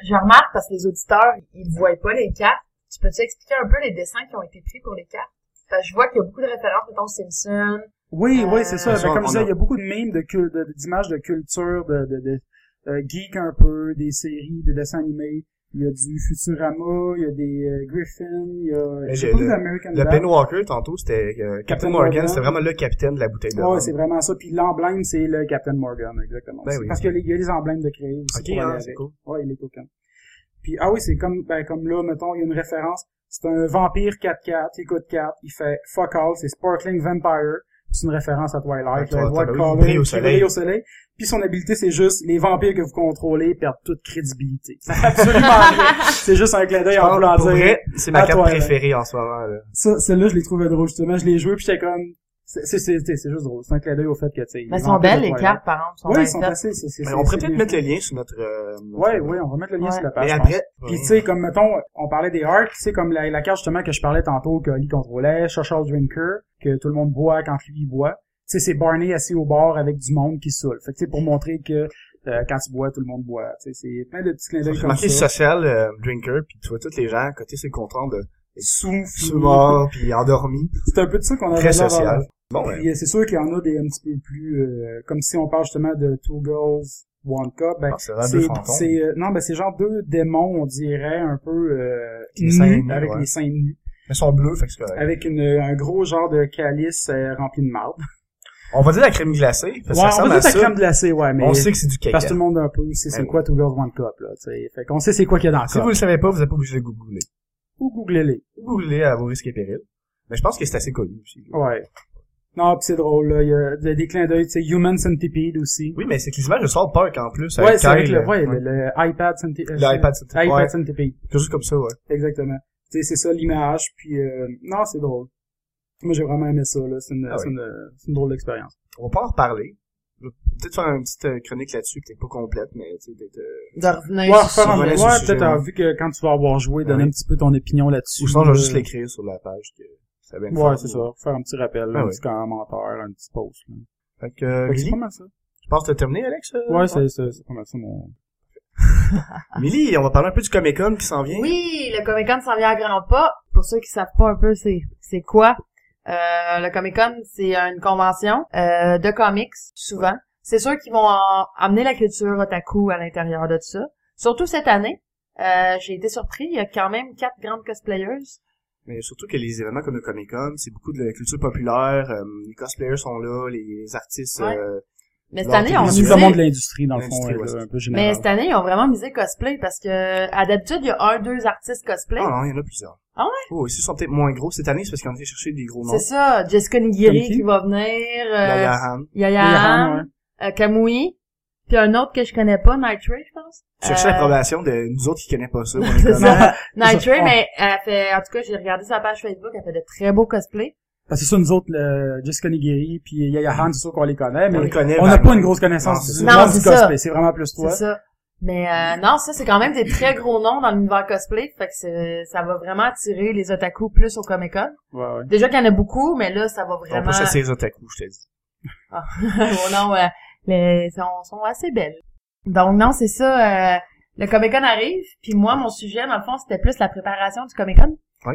S6: je remarque parce que les auditeurs, ils voient pas les cartes. Tu peux-tu expliquer un peu les dessins qui ont été pris pour les cartes? Parce que je vois qu'il y a beaucoup de références, mettons, Simpson,
S5: Oui, oui, c'est ça.
S4: Euh, Ça,
S5: Fait
S4: on-
S5: comme je disais,
S4: on a-
S5: il y a beaucoup de mimes, de cul- de- de- d'images de, culture, de, de, de, euh, geek un peu, des séries, des dessins animés. Il y a du Futurama, il y a des euh, Griffin, il y a...
S4: Mais
S5: je sais
S4: le-
S5: pas,
S4: le-
S5: des American
S4: Le
S5: Dad.
S4: Pen Walker, tantôt, c'était euh, Captain
S5: Captain
S4: Morgan,
S5: Morgan.
S4: c'était vraiment le capitaine de la bouteille de
S5: Ouais,
S4: rhum.
S5: c'est vraiment ça. Puis l'emblème, c'est le Captain Morgan, exactement.
S4: Ben
S5: C'est
S4: oui.
S5: Parce qu'il y a les emblèmes de créer aussi.
S4: Ok,
S5: pour aller
S4: hein,
S5: avec.
S4: c'est cool.
S5: Ouais, Ah, il est token. Puis, ah oui, c'est comme, ben, comme là, mettons, il y a une référence. C'est un vampire 4-4, il coûte 4, il fait fuck all, c'est Sparkling Vampire. C'est une référence à
S4: Ouais,
S5: Twilight,
S4: Ah, toi,
S5: le voit
S4: t'as-
S5: de
S4: oui,
S5: Colin
S4: il brille au
S5: qui
S4: soleil.
S5: brille au soleil. Puis son habilité, c'est juste, les vampires que vous contrôlez perdent toute crédibilité.
S4: (laughs)
S5: Ça fait absolument rien. C'est juste un clin d'œil en voulant
S4: Ah, pour
S5: dire.
S4: vrai, c'est ma
S5: à
S4: carte
S5: toi, là.
S4: préférée en ce moment. Là.
S5: Ça, celle-là, je l'ai trouvé drôle, justement. Je l'ai joué, puis j'étais comme, c'est, c'est, c'est, c'est juste drôle. C'est un clin d'œil au fait que, tu sais.
S6: Mais
S5: les
S6: elles sont
S5: vampires
S6: belles,
S5: de
S6: les
S5: Twilight.
S6: cartes, par exemple. sont
S5: Oui,
S6: bien
S5: ils sont
S6: faites.
S5: placés. c'est- c'est-
S4: Mais
S5: c'est-
S4: on pourrait
S5: c'est-
S4: peut-être mettre le lien sur notre... euh, notre-
S5: Ouais, ouais, on va mettre le lien
S6: Ouais.
S5: sur la page.
S4: Mais
S5: je
S4: après...
S5: pense. Puis tu sais, comme mettons, on parlait des hearts, tu sais, comme la, la carte justement que je parlais tantôt, que Lee contrôlait, Social Drinker, que tout le monde boit quand lui il boit. Tu sais, c'est Barney assis au bar avec du monde qui saoule. Fait que tu sais, pour montrer que euh, quand tu bois, tout le monde boit. Tu sais, c'est plein de petits clins d'œil
S4: J'ai
S5: comme
S4: marqué
S5: ça.
S4: social euh, drinker, puis tu vois tous les gens à côté sur le comptoir de
S5: Sous,
S4: sous morts, puis endormis.
S5: C'est un peu de ça qu'on a
S4: Très social. Bon, ouais.
S5: Puis, euh, c'est sûr qu'il y en a des un petit peu plus euh, comme si on parle justement de Two Girls One Cup ben
S4: Barcelone, Ah, deux
S5: c'est
S4: fantômes.
S5: c'est, euh, non ben c'est genre deux démons on dirait un peu euh,
S4: Les seins
S5: nus,
S4: nus,
S5: avec
S4: ouais.
S5: les seins nus
S4: Ils sont bleus, fait que c'est correct.
S5: avec une, un gros genre de calice euh, rempli de marbre.
S4: On va dire la crème glacée, parce que ça
S5: on
S4: ressemble
S5: va
S4: à
S5: dire la
S4: ça.
S5: crème glacée ouais mais
S4: On sait que c'est du caca.
S5: parce que tout le monde un peu sait c'est
S4: Ben
S5: quoi Two Girls One Cup là tu sais fait qu'on sait c'est quoi qu'il y a dans
S4: Si
S5: le
S4: vous
S5: cup.
S4: le savez pas, vous n'êtes pas obligé de googler.
S5: ou googlez les
S4: Googler à vos risques et périls. Mais je pense que c'est assez connu aussi.
S5: ouais non pis c'est drôle là il y a des, des clins d'œil tu sais Human Centipede aussi
S4: Oui, mais c'est que les images de South Park en plus.
S5: ouais c'est avec
S4: Kyle, euh,
S5: le, ouais,
S4: ouais.
S5: le, le iPad Centipede
S4: iPad Centipede,
S5: iPad
S4: ouais.
S5: Centipede
S4: Quelque chose comme ça, ouais.
S5: Exactement. Tu sais, c'est ça l'image, puis euh, non, c'est drôle. Moi, j'ai vraiment aimé ça, là. C'est une,
S4: Ah
S5: c'est
S4: oui.
S5: une, euh, c'est une drôle d'expérience.
S4: On va pas en reparler. Je vais peut-être faire une petite euh, chronique là-dessus, peut-être pas complète, mais tu sais, peut-être... euh,
S6: De revenir
S5: Ouais,
S6: sur-
S5: refaire un
S4: sur le
S5: ouais,
S4: sujet,
S5: peut-être,
S4: ouais.
S5: euh, vu que quand tu vas avoir joué, donner
S4: oui.
S5: un petit peu ton opinion là-dessus.
S4: Ou sinon, je vais juste
S5: Euh,
S4: l'écrire sur la page. Que ça va être
S5: Ouais,
S4: fun.
S5: c'est ça. Faire un petit rappel, là,
S4: Ah
S5: un
S4: oui.
S5: petit commentaire, un petit post. Là.
S4: Fait que, euh,
S5: Fait que c'est
S4: Millie,
S5: pas mal ça.
S4: je pense que t'as terminé, Alex? euh, Ah.
S5: Ouais, c'est, c'est, c'est pas mal ça, mon...
S4: Millie, on va parler un peu du Comic-Con qui s'en vient.
S6: Oui, le Comic Con s'en vient à grands pas. Pour ceux qui savent pas un peu c'est c'est quoi, euh, le Comic Con c'est une convention euh, de comics souvent. C'est sûr qu'ils vont en- amener la culture otaku à l'intérieur de ça. Surtout cette année, euh, j'ai été surpris. Il y a quand même quatre grandes cosplayeuses.
S4: Mais surtout que les événements comme le Comic Con, c'est beaucoup de la culture populaire, euh, les cosplayers sont là, les artistes,
S6: Ouais.
S4: euh,
S6: Mais cette
S4: Non,
S6: année,
S4: t'es
S6: on
S4: déçu.
S5: C'est
S6: misait-
S5: le monde de l'industrie, dans le fond,
S4: L'industrie,
S5: là,
S4: ouais,
S5: un peu général.
S6: mais cette année, ils ont vraiment misé cosplay parce que à d'habitude, il y a un, deux artistes cosplay.
S4: ah non, il y en a plusieurs.
S6: Ah ouais?
S4: Oh, ici, ils sont peut-être moins gros. Cette année, c'est parce qu'on a été chercher des gros noms.
S6: c'est ça, Jessica Nigiri
S5: Comme qui?
S6: qui va venir,
S4: La
S6: euh,
S4: Yahan.
S6: Yaya
S5: Yahan,
S6: Han, (laughs)
S5: ouais.
S6: euh, Kamui, puis un autre que je connais pas, Night Ray, je pense.
S4: Chercher
S6: Euh,
S4: l'approbation de nous autres qui connaissent
S5: (laughs)
S4: pas ça. On est comme,
S5: Non,
S6: Night Ray,
S5: Ah.
S6: mais elle fait, en tout cas, j'ai regardé sa page Facebook, elle fait de très beaux cosplays.
S5: Parce que ça, nous autres, le, Jessica Nigiri puis Yaya Han, c'est sûr qu'on les connaît, mais
S4: on les connaît.
S5: on n'a
S4: vaguement.
S5: pas une grosse connaissance
S4: Non,
S5: du
S4: c'est
S5: du
S6: ça. Non, c'est ça.
S5: cosplay. C'est vraiment plus
S6: C'est
S5: toi.
S6: ça. Mais euh, non, ça, c'est quand même des très gros noms dans l'univers cosplay, fait que c'est- ça va vraiment attirer les otaku plus au Comic-Con.
S5: Ouais, ouais.
S6: Déjà qu'il y en a beaucoup, mais là, ça va
S4: On
S6: vraiment...
S4: peut s'asseoir les otaku, je te dis.
S6: Oh non, euh, les sont, sont assez belles. Donc non, c'est ça. euh, le Comic Con arrive, puis moi, mon sujet, dans le fond, c'était plus la préparation du Comic Con.
S4: Oui.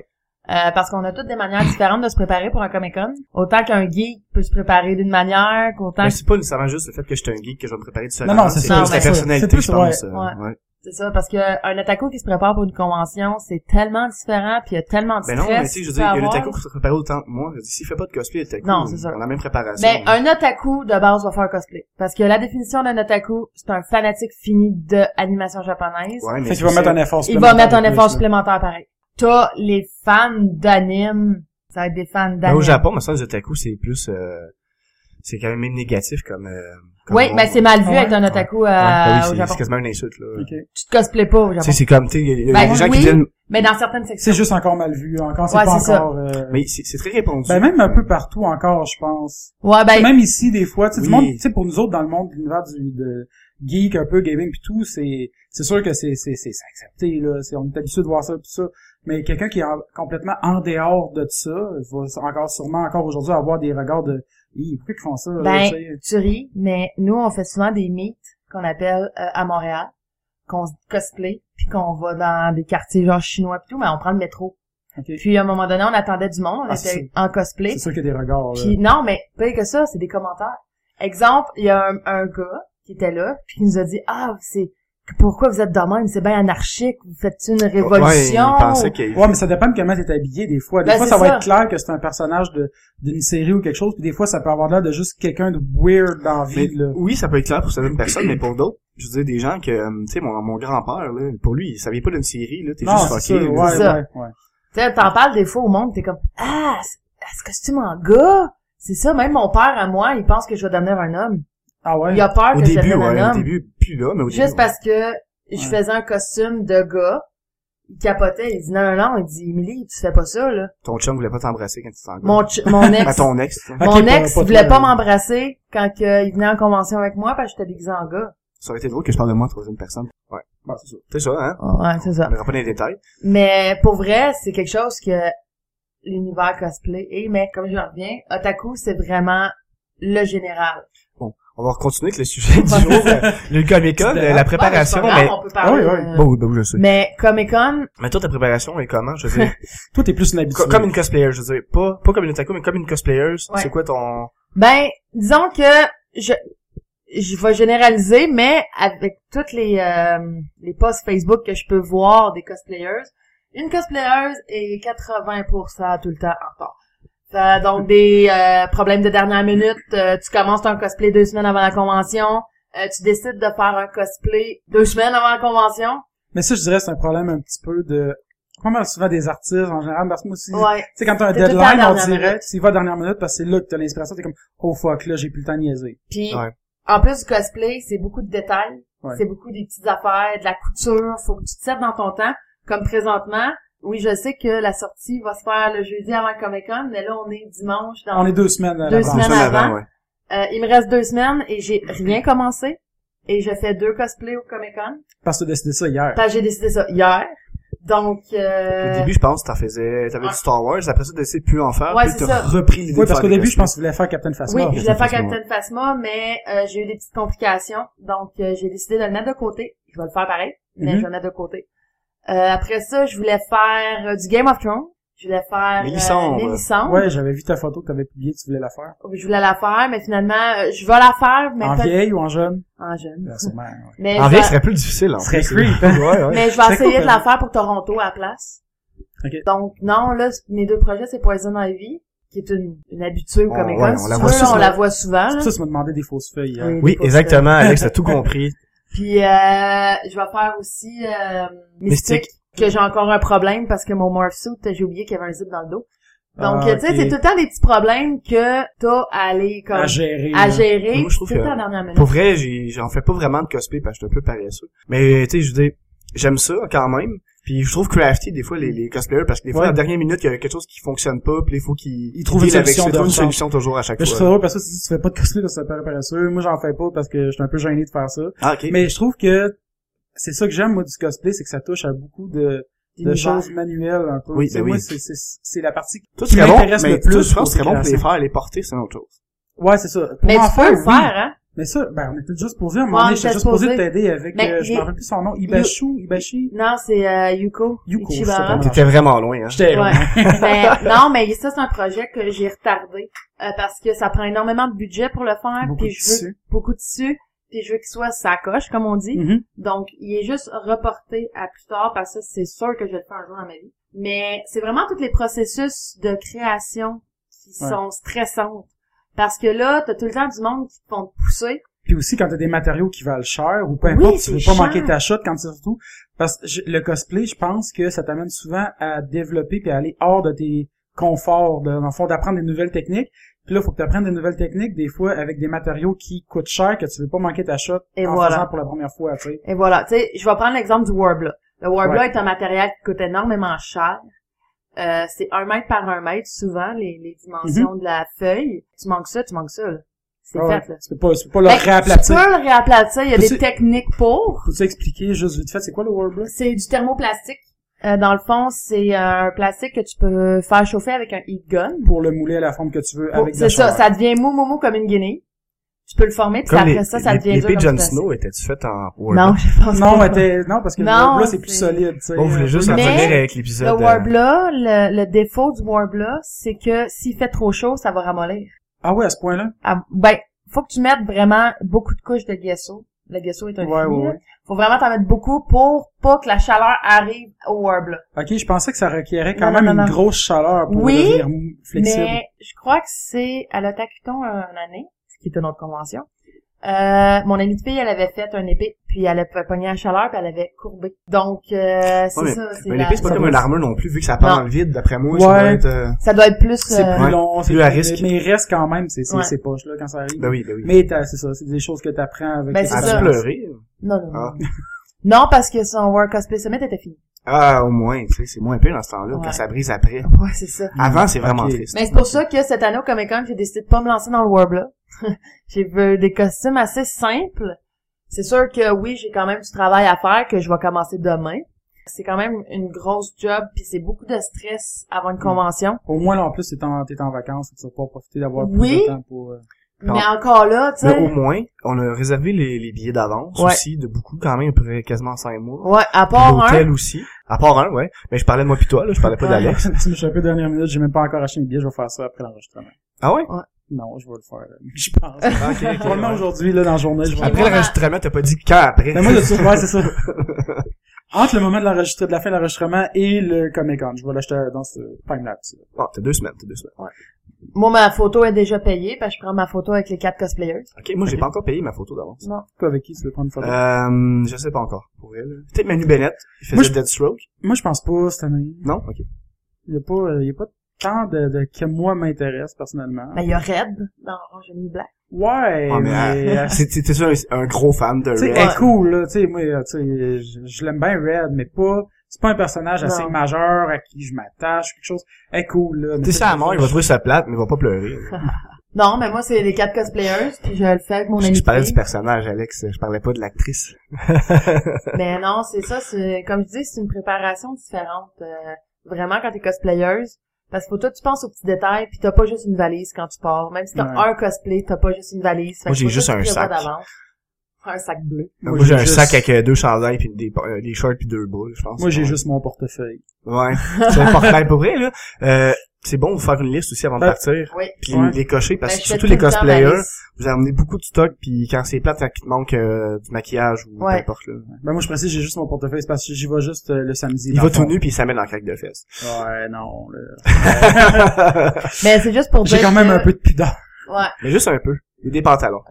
S6: Euh, parce qu'on a toutes des manières différentes de se préparer pour un Comic Con. Autant qu'un geek peut se préparer d'une manière, qu'autant
S4: Mais
S6: que...
S4: c'est pas nécessairement juste le fait que je suis un geek que je vais me préparer de ça.
S5: Non, non, c'est
S4: plus
S6: ça, mais
S4: la
S6: c'est-
S5: c'est
S4: personnalité,
S5: plus,
S4: je pense. euh,
S6: ouais.
S4: ouais.
S6: C'est ça, parce que un attaco qui se prépare pour une convention, c'est tellement différent, puis il y a tellement de
S4: Ben
S6: stress.
S4: non, mais tu sais, je veux
S6: qu'il
S4: dire,
S6: peut
S4: il y a un
S6: avoir.
S4: otaku qui se prépare autant que moi. Je veux dire, S'il fait pas de cosplay, le otaku,
S6: Non, c'est ça.
S4: on a la même préparation.
S6: Mais Ben, un otaku, de base, va faire un cosplay. Parce que la définition d'un otaku, c'est un fanatique fini de animation japonaise.
S4: Ouais, mais
S5: Fait qu'il va
S4: c'est-
S5: mettre un effort
S6: Il va mettre un
S5: de plus,
S6: effort
S5: là.
S6: supplémentaire pareil. T'as les fans d'anime. Ça va être des fans
S4: Ben,
S6: d'anime.
S4: au Japon, me semble, les otaku, c'est plus, euh, c'est quand même négatif comme, euh, comme
S6: oui,
S4: mot.
S6: mais ben, c'est mal vu
S5: Ouais.
S6: être un otaku euh,
S4: Ouais, ben oui,
S6: au
S4: c'est-
S6: Japon.
S4: c'est quasiment une insulte, là.
S5: Ok.
S6: Tu te cosplays pas au
S4: Tu
S6: Japon.
S4: sais, c'est comme, tu sais, il y a- il y a
S6: Ben
S4: des gens qui
S6: oui.
S4: viennent,
S6: Mais dans certaines sections.
S5: C'est juste encore mal vu, encore c'est
S6: Ouais,
S5: pas
S6: c'est ça.
S5: encore. euh,
S4: mais c'est c'est très répandu.
S5: Ben même un peu partout encore, je pense.
S6: Ouais, ben,
S5: Même ici des fois, tu sais, du
S4: Oui.
S5: monde, tu sais pour nous autres dans le monde de l'univers du de geek un peu gaming puis tout, c'est c'est sûr que c'est c'est c'est c'est accepté là, c'est on est habitué de voir ça puis ça. Mais quelqu'un qui est en- complètement en dehors de ça va encore sûrement encore aujourd'hui avoir des regards de Hi, pourquoi ils font ça là,
S6: ben,
S5: tu sais?
S6: tu ris, mais nous, on fait souvent des meets qu'on appelle euh, à Montréal, qu'on se cosplay, puis qu'on va dans des quartiers genre chinois pis tout, mais on prend le métro.
S5: Ok.
S6: Puis à un moment donné, on attendait du monde, on
S5: Ah, c'est
S6: était en cosplay.
S5: C'est sûr qu'il y a des regards. là.
S4: euh,
S6: Puis non, mais pire que ça, c'est des commentaires. Exemple, il y a un, un gars qui était là, puis qui nous a dit Ah, c'est pourquoi vous êtes de même, c'est bien anarchique, vous faites une
S4: Ouais,
S6: révolution.
S4: il pensait qu'il...
S5: Ouais, mais ça dépend de comment t'es habillé des fois. Des
S6: Ben,
S5: fois,
S6: c'est
S5: ça, va
S6: ça.
S5: être clair que c'est un personnage de d'une série ou quelque chose, puis des fois, ça peut avoir l'air de juste quelqu'un de weird dans la
S4: Mais
S5: vie, là.
S4: oui, ça peut être clair pour certaines personnes, mais pour d'autres, je veux dire, des gens que, euh, tu sais, mon, mon grand-père, là, pour lui, il savait pas d'une série, là, t'es
S5: Non,
S4: juste
S5: c'est ça,
S4: fucké. là.
S5: ouais,
S6: C'est ça.
S5: ouais, ouais.
S6: Tu sais, t'en parles des fois au monde, t'es comme Ah, est-ce que c'est un gars? C'est ça, même mon père à moi, il pense que je vais devenir un homme.
S5: Ah ouais?
S6: Il a peur
S4: Au
S6: que je
S4: début,
S6: devienne
S4: ouais,
S6: un
S4: au
S6: homme.
S4: début, plus là, mais au début.
S6: Juste parce que je
S5: Ouais.
S6: faisais un costume de gars, il capotait, il dit non, non, non, il dit Émilie, tu fais pas ça, là.
S4: ouais. Ton chum voulait pas t'embrasser quand tu t'en
S6: Mon,
S4: (laughs)
S6: ch- mon
S4: Ben,
S6: ex,
S4: ton ex, là.
S5: Ok,
S6: mon
S5: pas-
S6: ex
S5: pas
S6: voulait
S5: toi,
S6: pas
S5: là.
S6: m'embrasser quand que il venait en convention avec moi parce que j'étais déguisée en gars.
S4: Ça aurait été drôle que je parle de moi en troisième personne. Ouais.
S5: Bah,
S4: Bon, c'est ça. C'est ça, hein?
S6: Ouais, c'est ça.
S4: On n'aura pas les détails.
S6: Mais pour vrai, c'est quelque chose que l'univers cosplay est, mais comme je reviens, otaku, c'est vraiment le général.
S4: On va continuer avec le sujet du jour.
S6: (laughs)
S4: euh, le Comic Con,
S5: C'était-
S4: la préparation,
S6: Ouais, mais c'est pas grave,
S4: mais...
S6: on peut parler,
S5: Ah oui, oui.
S6: euh,
S4: Bon, oui, ben oui, je sais.
S6: Mais Comic Con,
S4: Mais toi, ta préparation est comment, je veux
S6: (laughs)
S4: dire?
S5: Toi, t'es plus une habituée.
S4: Co- comme une cosplayer, je veux dire. Pas, pas comme une otaku, mais comme une cosplayer.
S6: Ouais.
S4: C'est quoi ton...
S6: Ben, disons que je je vais généraliser, mais avec toutes les euh, les posts Facebook que je peux voir des cosplayers, une cosplayer est 80% tout le temps en retard. Fait donc des euh, problèmes de dernière minute, euh, tu commences ton cosplay deux semaines avant la convention, euh, tu décides de faire un cosplay deux semaines avant la convention.
S5: Mais ça, je dirais, c'est un problème un petit peu de... Comment souvent des artistes, en général, parce que moi aussi...
S6: Ouais.
S5: Tu sais, quand t'as un
S6: C'est tout le temps
S5: deadline,
S6: à
S5: on
S6: dernière
S5: dirait,
S6: minute.
S5: tu y vas à dernière minute parce que c'est là que t'as l'inspiration, t'es comme, oh fuck, là, j'ai plus le temps de niaiser.
S6: Puis
S4: Ouais.
S6: en plus du cosplay, c'est beaucoup de détails,
S5: Ouais.
S6: c'est beaucoup des petites affaires, de la couture, faut que tu te serves dans ton temps. Comme présentement, oui, je sais que la sortie va se faire le jeudi avant le Comic Con, mais là on est dimanche dans
S5: On est deux semaines à
S6: Deux
S5: l'avance.
S6: semaines.
S4: Une semaine
S6: avant.
S4: ouais.
S6: Euh, il me reste deux semaines et j'ai rien commencé. Et je fais deux cosplays au Comic Con.
S5: Parce que t'as décidé ça hier.
S6: Parce que j'ai décidé ça hier. Donc euh,
S4: Au début, je pense, t'en faisais, t'avais
S6: Ouais.
S4: du Star Wars, après ça, t'as essayé de plus en faire,
S6: Ouais,
S4: puis
S6: c'est
S4: t'as
S6: ça.
S4: repris l'idée
S5: Oui,
S4: de
S5: parce
S4: faire
S5: qu'au
S4: des
S5: début, je
S4: cosplays.
S5: pense que tu voulais faire Captain
S6: Oui,
S5: Phasma. Mhm.
S6: je voulais faire
S4: Phasma.
S6: Captain Phasma, mais euh, j'ai eu des petites complications, donc euh, j'ai décidé de le mettre de côté. Je vais le faire pareil, mais
S4: Mm-hmm.
S5: Mhm.
S6: je vais le mettre de côté. Euh, après ça, je voulais faire euh, du Game of Thrones. Je voulais faire euh,
S4: Mélisande.
S6: Mélisande.
S5: Ouais, j'avais vu ta photo que t'avais publiée, tu voulais la faire.
S6: Je voulais la faire, mais finalement, euh, je vais la faire, mais
S5: En
S6: peut-
S5: vieille ou en jeune?
S6: en (laughs) jeune.
S5: Ben, sûrement, ouais.
S6: Mais,
S4: En
S6: je
S4: vrai, ce
S6: vais,
S4: serait plus difficile, en
S5: Ce serait
S4: plus.
S5: creep, (laughs)
S4: ouais, ouais.
S6: mais je vais
S5: c'est
S6: essayer
S5: cool,
S6: de la faire pour Toronto à la place.
S5: Ok.
S6: Donc non, là, c- mes deux projets, c'est Poison Ivy, qui est une, une habituée au
S4: On-
S6: Comic
S4: Ah ouais,
S6: Con.
S4: on
S6: si
S4: la
S6: tu
S4: voit
S6: veux,
S4: souvent.
S6: on la voit souvent.
S5: C'est pour
S6: là.
S5: ça que tu m'as demandé des fausses feuilles. hein.
S4: Oui, exactement, Alex,
S6: (laughs)
S4: t'as tout compris.
S6: Puis euh, je vais faire aussi euh, Mystique,
S4: Mystique.
S6: que j'ai encore un problème parce que mon morph suit, j'ai oublié qu'il y avait un zip dans le dos. Donc
S5: Ah,
S6: tu sais,
S5: ok.
S6: c'est tout le temps des petits problèmes que t'as à aller comme
S5: à
S6: à,
S5: gérer. là.
S6: gérer.
S4: Moi, je trouve
S6: tout le
S4: que-
S6: temps en dernière minute.
S4: Pour vrai, j'ai- j'en fais pas vraiment de cosplay parce que je suis un peu paresseux. Mais, tu sais, je veux dire, j'aime ça, quand même. Puis je trouve crafty, des fois, les, les cosplayers, parce que des fois,
S5: Ouais.
S4: à la dernière minute, il y a quelque chose qui fonctionne pas, puis il faut qu'ils
S5: Ils trouvent une
S4: deal avec
S5: solution
S4: ça, ils trouvent
S5: de
S4: une
S5: ressource.
S4: solution toujours à chaque
S5: Mais je trouve ça
S4: fois.
S5: drôle parce que si tu fais pas de cosplay, là, ça paraît paresseux. Moi, j'en fais pas parce que je suis un peu gêné de faire ça.
S4: Ah, ok.
S5: Mais je trouve que c'est ça que j'aime, moi, du cosplay, c'est que ça touche à beaucoup de, de
S6: D'univers.
S5: choses manuelles, un peu.
S4: Oui,
S5: Tu sais,
S4: ben
S5: moi,
S4: oui.
S5: c'est- c'est- c'est la partie qui
S4: Toi,
S5: qui
S4: tu serais bon,
S5: m'intéresse
S4: mais
S5: le plus.
S4: toi, je pense
S5: pour
S4: que tu serais bon pour les
S5: création.
S4: faire, les porter, c'est une autre chose.
S5: Ouais, c'est ça. Pour
S6: Mais
S5: en
S6: tu peux le
S5: oui.
S6: faire, hein?
S5: Mais ça, ben, on était juste posé, à un
S6: Ouais,
S5: moment
S6: on
S5: donné, j'étais
S6: était
S5: juste posé de
S6: supposé.
S5: t'aider avec,
S6: Mais
S5: euh, je
S6: il-
S5: me rappelle plus son nom, Ibashu, Ibashi.
S6: Non, c'est euh, Yuko.
S5: Yuko,
S6: Ichibara.
S5: Ah.
S4: T'étais vraiment loin, hein.
S5: J'étais,
S6: Ouais. (laughs) Mais non, mais ça c'est un projet que j'ai retardé euh, parce que ça prend énormément de budget pour le faire,
S5: Beaucoup
S6: puis
S5: de
S6: je veux
S5: tissu.
S6: beaucoup de tissu, puis je veux qu'il soit sacoche comme on dit.
S5: Mhm.
S6: Donc, il est juste reporté à plus tard parce que ça, c'est sûr que je vais le faire un jour dans ma vie. Mais c'est vraiment tous les processus de création qui
S5: Ouais.
S6: sont stressants. Parce que là, t'as tout le temps du monde qui te font te pousser.
S5: Puis aussi, quand t'as des matériaux qui valent cher, ou peu
S6: Oui,
S5: importe, tu
S6: c'est
S5: veux pas
S6: cher.
S5: manquer ta shot quand tu surtout. Parce que je- le cosplay, je pense que ça t'amène souvent à développer puis à aller hors de tes conforts, de, dans le fond, d'apprendre des nouvelles techniques. Puis là, faut que tu apprennes des nouvelles techniques, des fois, avec des matériaux qui coûtent cher, que tu veux pas manquer ta shot
S6: Et
S5: en
S6: voilà.
S5: faisant pour la première fois, tu sais.
S6: Et voilà, tu sais, je vais prendre l'exemple du Warbler. Le Warbler
S5: Ouais.
S6: est un matériel qui coûte énormément cher. Euh, c'est un mètre par un mètre, souvent, les, les dimensions de la feuille. Tu manques ça, tu manques ça, là. C'est
S5: Mhm. Ah ouais.
S6: fait, là.
S5: Tu peux pas, tu peux pas le
S6: Ben, Tu
S5: réaplatir.
S6: peux le réaplatir, il y a
S5: Peux-tu-
S6: des techniques pour.
S5: Peux-tu expliquer juste vite fait, c'est quoi le Warbler?
S6: C'est du thermoplastique. Euh, dans le fond, c'est euh, un plastique que tu peux faire chauffer avec un heat gun.
S5: Pour le mouler à la forme que tu veux
S6: Pour-
S5: avec de la
S6: C'est ça,
S5: chaleur.
S6: ça devient mou mou mou comme une guinée. tu peux le former, puis
S4: Comme
S6: après
S4: les-
S6: ça, ça
S4: les-
S6: devient dur
S4: L'épée
S6: comme
S4: Jon
S6: plastique.
S4: Snow était-tu faite en
S6: Non,
S4: Warbler?
S6: je pense
S5: Non,
S6: pas.
S5: elle était- non, parce que
S6: Non,
S5: là, c'est plus
S6: c'est-
S5: solide, tu sais.
S4: On voulait juste en
S6: Mais-
S4: venir avec
S6: Le
S4: l'épisode. euh,
S6: Warbler, le, le défaut du Warbler, c'est que s'il fait trop chaud, ça va ramollir.
S5: Ah ouais, à ce point-là?
S6: Ah, ben, faut que tu mettes vraiment beaucoup de couches de gesso. Le gesso est un
S5: Ouais,
S6: fini,
S5: ouais,
S6: là.
S5: ouais.
S6: Faut vraiment t'en mettre beaucoup pour pas que la chaleur arrive au Warbler.
S5: Ok, je pensais que ça requérait quand
S6: Non,
S5: même
S6: non, non,
S5: une
S6: non.
S5: grosse chaleur pour
S6: Oui,
S5: devenir mou- flexible.
S6: Mais je crois que c'est à l'Otakuton euh, une année, ce qui est une autre convention. Euh, mon amie de fille, elle avait fait un épée, puis elle avait pogné la chaleur, puis elle avait courbé. Donc, euh, c'est
S4: Ouais,
S6: ça. c'est
S4: Mais
S6: la-
S4: l'épée, c'est pas
S6: ça
S4: comme
S6: doit-
S4: une armure non plus, vu que ça part
S6: Non.
S4: dans le vide, d'après moi,
S5: Ouais.
S4: ça doit être... euh,
S6: Ça doit être plus...
S5: C'est
S6: euh,
S5: plus
S4: Ouais,
S5: long, c'est
S4: plus à risque.
S5: Mais il reste quand même, c'est c'est
S6: Ouais.
S5: ces poches-là quand ça arrive.
S4: Ben oui, Ah, ben oui.
S5: Mais t'as- c'est ça, c'est des choses que t'apprends avec
S6: Ben,
S5: les
S6: c'est
S4: Elle
S6: ça.
S4: a pleuré.
S6: Non, non, non.
S4: Ah.
S6: Non, parce que son Work Cosplay Summit était fini.
S4: Ah, au moins, tu sais, c'est moins pire dans ce temps-là,
S6: Ouais.
S4: quand ça brise après.
S6: Ouais, c'est ça.
S4: Avant, c'est vraiment
S5: Ok.
S4: triste.
S6: Mais c'est pour ça que cette année au Comic Con, j'ai décidé de pas me lancer dans le Warbler. (laughs) j'ai vu des costumes assez simples. C'est sûr que oui, j'ai quand même du travail à faire que je vais commencer demain. C'est quand même une grosse job puis c'est beaucoup de stress avant
S4: Mm.
S6: une convention.
S5: Au moins, là, en plus, t'es en, t'es en vacances, tu vas pouvoir profiter d'avoir
S6: Oui.
S5: plus de temps pour... euh,
S6: Mais encore là, tu
S4: Mais
S6: sais.
S4: au moins, on a réservé les, les billets d'avance
S6: Ouais.
S4: aussi, de beaucoup quand même, après quasiment cinq mois.
S6: Ouais, à
S4: Puis
S6: part un.
S4: L'hôtel aussi. À part un, ouais. Mais je parlais de moi pis toi, là, je parlais pas
S6: Ouais.
S4: d'Alex.
S5: (laughs) je suis un peu dernière minute, j'ai même pas encore acheté mes billets, je vais faire ça après l'enregistrement.
S4: Ah ouais?
S5: Non, je vais le faire, euh, (laughs) je pense.
S4: Ah, ok, (laughs) ok,
S5: Probablement
S4: ouais.
S5: aujourd'hui, là, dans la journée, je vais
S4: Après l'enregistrement, t'as pas dit quand après.
S5: Ben moi, le soir, ouais, c'est ça. (laughs) Entre le moment de l'enregistrement, de la fin de l'enregistrement et le Comic Con, je vais l'acheter dans ce time-lapse. là.
S4: Ah, t'as deux semaines, t'as deux semaines.
S6: Moi, ma photo est déjà payée parce que je prends ma photo avec les quatre cosplayers.
S4: Ok, moi, j'ai pas encore payé ma photo d'avance.
S5: Toi, avec qui tu veux prendre une photo?
S4: Euh, je sais pas encore. Pour elle. Peut-être Manu Bennett, il
S5: Moi,
S4: faisait
S5: je-
S4: Deathstroke.
S5: Moi, je pense pas cette année.
S4: Non? Ok.
S5: Il y a pas, euh, il y a pas tant de, de que moi m'intéresse, personnellement.
S6: Mais il y a Red dans Orange and the Black.
S5: Ouais,
S4: Ah, mais,
S5: mais... euh,
S4: C'est- T'es sûr un, un gros fan de (laughs)
S5: tu sais,
S4: Red?
S5: elle est cool, là. Tu sais, moi, euh, tu sais, je, je l'aime bien Red, mais pas... C'est pas un personnage assez
S6: Non.
S5: majeur à qui je m'attache, quelque chose. Elle est cool, là. mais
S4: T'es ça à mort, il va
S5: je-
S4: trouver sa plate, mais il va pas pleurer.
S6: Non, mais moi, c'est les quatre cosplayers puis je le fais avec mon
S4: Je,
S6: ami.
S4: je parlais du
S6: fille.
S4: personnage, Alex. Je parlais pas de l'actrice.
S6: Mais non, c'est ça, c'est comme je dis, c'est une préparation différente. euh, vraiment quand t'es cosplayeuse. Parce que faut toi, tu penses aux petits détails, puis t'as pas juste une valise quand tu pars. Même si t'as
S5: Ouais.
S6: un cosplay, t'as pas juste une valise. Fait
S4: Moi,
S6: que
S4: j'ai
S6: faut
S4: juste
S6: que tu
S4: un
S6: prévois
S4: sac.
S6: d'avance. Un sac bleu.
S4: Moi,
S5: Moi,
S4: j'ai un
S5: juste-
S4: sac avec euh, deux chandails puis des, euh, des shorts puis deux boules, je pense.
S5: Moi, j'ai
S4: Ouais.
S5: juste mon portefeuille.
S4: Ouais. C'est important Ben, pour vrai là. Euh, c'est bon de vous faire une liste aussi avant de
S5: Ben,
S4: partir.
S6: Oui.
S4: Puis
S5: ouais.
S4: les cocher parce
S6: Ben,
S4: que
S6: je fais
S4: surtout
S6: tout
S4: les
S6: le temps
S4: cosplayers,
S6: valise.
S4: vous amenez beaucoup de stock puis quand c'est plate, quand il te manque euh, du maquillage ou
S6: Ouais.
S4: n'importe là.
S5: Ben, moi, je précise, j'ai juste mon portefeuille, c'est parce que j'y vais juste euh, le samedi.
S4: Il
S5: dans
S4: va
S5: le fond.
S4: tout nu puis il s'amène en craque de fesses.
S5: Ouais, non, là.
S6: Mais c'est juste pour dire
S5: J'ai quand même
S6: que-
S5: un peu de pudeur.
S6: Ouais.
S4: (laughs) Mais juste un peu. Et des pantalons.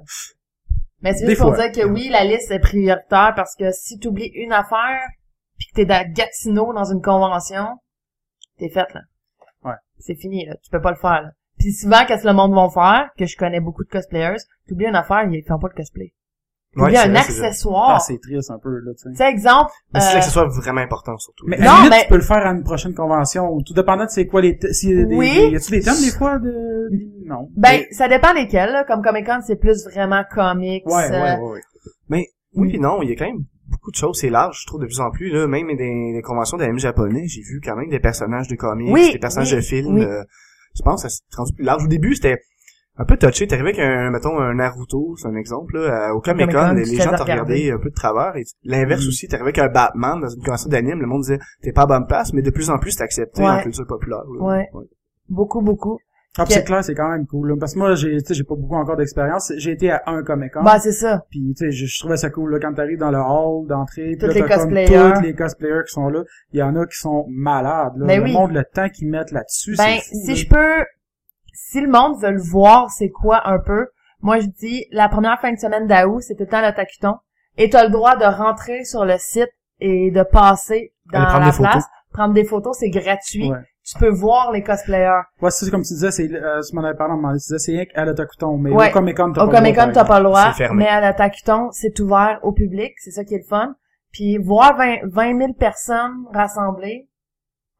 S6: Mais c'est
S5: Des
S6: juste pour
S5: fois.
S6: dire que oui, la liste est prioritaire parce que si t'oublies une affaire, puis que t'es dans Gatineau dans une convention, t'es faite là.
S5: Ouais.
S6: C'est fini là, tu peux pas le faire. Là. Puis souvent, qu'est-ce que le monde vont faire, que je connais beaucoup de cosplayers, t'oublies une affaire, ils font pas de cosplay.
S4: Ouais,
S6: T'oublies
S4: c'est
S6: un
S4: vrai, c'est vrai.
S5: Ah,
S6: accessoire.
S5: c'est Ah, triste un peu, là, tu
S6: tu
S5: sais.
S6: sais, exemple,
S4: Mais c'est
S6: euh,
S4: l'accessoire vraiment important surtout.
S5: Mais
S6: Non,
S5: à la limite,
S6: mais-
S5: tu peux le faire à une prochaine convention. ou Tout dépendant de c'est quoi les... thè- Si, des-
S6: Oui.
S5: des- Y a-tu des thèmes, des fois, de... Non.
S6: ben, ça dépend lesquels. Là. Comme Comic Con, c'est plus vraiment comics.
S5: Ouais,
S6: euh,
S5: ouais, ouais, ouais.
S4: Oui puis non, il y a quand même beaucoup de choses, c'est large, je trouve, de plus en plus, là, même des, des conventions d'anime japonais, j'ai vu quand même des personnages de comics,
S6: Oui,
S4: des personnages
S6: oui,
S4: de films,
S6: oui.
S4: euh, je pense que ça s'est rendu plus large. Au début, c'était un peu touché, t'arrivais avec un, mettons, un Naruto, c'est un exemple, là, à- au Comic Con,
S6: Comic-Con,
S4: les,
S6: tu
S4: les
S6: te
S4: gens
S6: fais
S4: te regardaient
S6: regarder.
S4: un peu de travers, et tu- l'inverse
S5: Mm.
S4: aussi, t'arrivais avec un Batman dans une convention d'anime, le monde disait, t'es pas à bonne place, mais de plus en plus, c'est accepté
S6: Ouais.
S4: en culture populaire, là.
S6: Ouais. Beaucoup, beaucoup.
S5: Ah, puis
S6: Que-
S5: c'est clair, c'est quand même cool, là. Parce que moi, j'ai, tu sais, j'ai pas beaucoup encore d'expérience. J'ai été à un Comic-Con.
S6: Bah, c'est ça.
S5: Puis tu sais, je, je trouvais ça cool là quand t'arrives dans le hall d'entrée, puis
S6: Toutes
S5: là,
S6: les
S5: t'as comme
S6: cosplayers.
S5: toutes les cosplayers qui sont là, il y en a qui sont malades là,
S6: Ben
S5: le
S6: oui.
S5: monde le temps qu'ils mettent là-dessus,
S6: Ben,
S5: c'est fou,
S6: si
S5: là.
S6: je peux, si le monde veut le voir, c'est quoi un peu, moi je dis, la première fin de semaine d'août, c'est tout le temps le taqueton, et t'as le droit de rentrer sur le site et de passer dans
S4: Aller prendre
S6: la
S4: des photos.
S6: place, prendre des photos, c'est gratuit,
S5: Ouais.
S6: tu peux voir les cosplayers.
S5: Ouais, c'est comme tu disais, c'est euh, tu m'en avais parlé, à un moment donné, tu disais c'est rien qu'à l'autocoton, mais
S6: Ouais.
S5: au Comic Con t'as
S6: Au
S5: pas le
S6: Comic Con,
S5: droit,
S6: t'as
S5: par
S6: pas le droit,
S4: C'est fermé.
S6: mais à la taqueton, c'est ouvert au public, c'est ça qui est le fun. Puis voir 20, 20 000 personnes rassemblées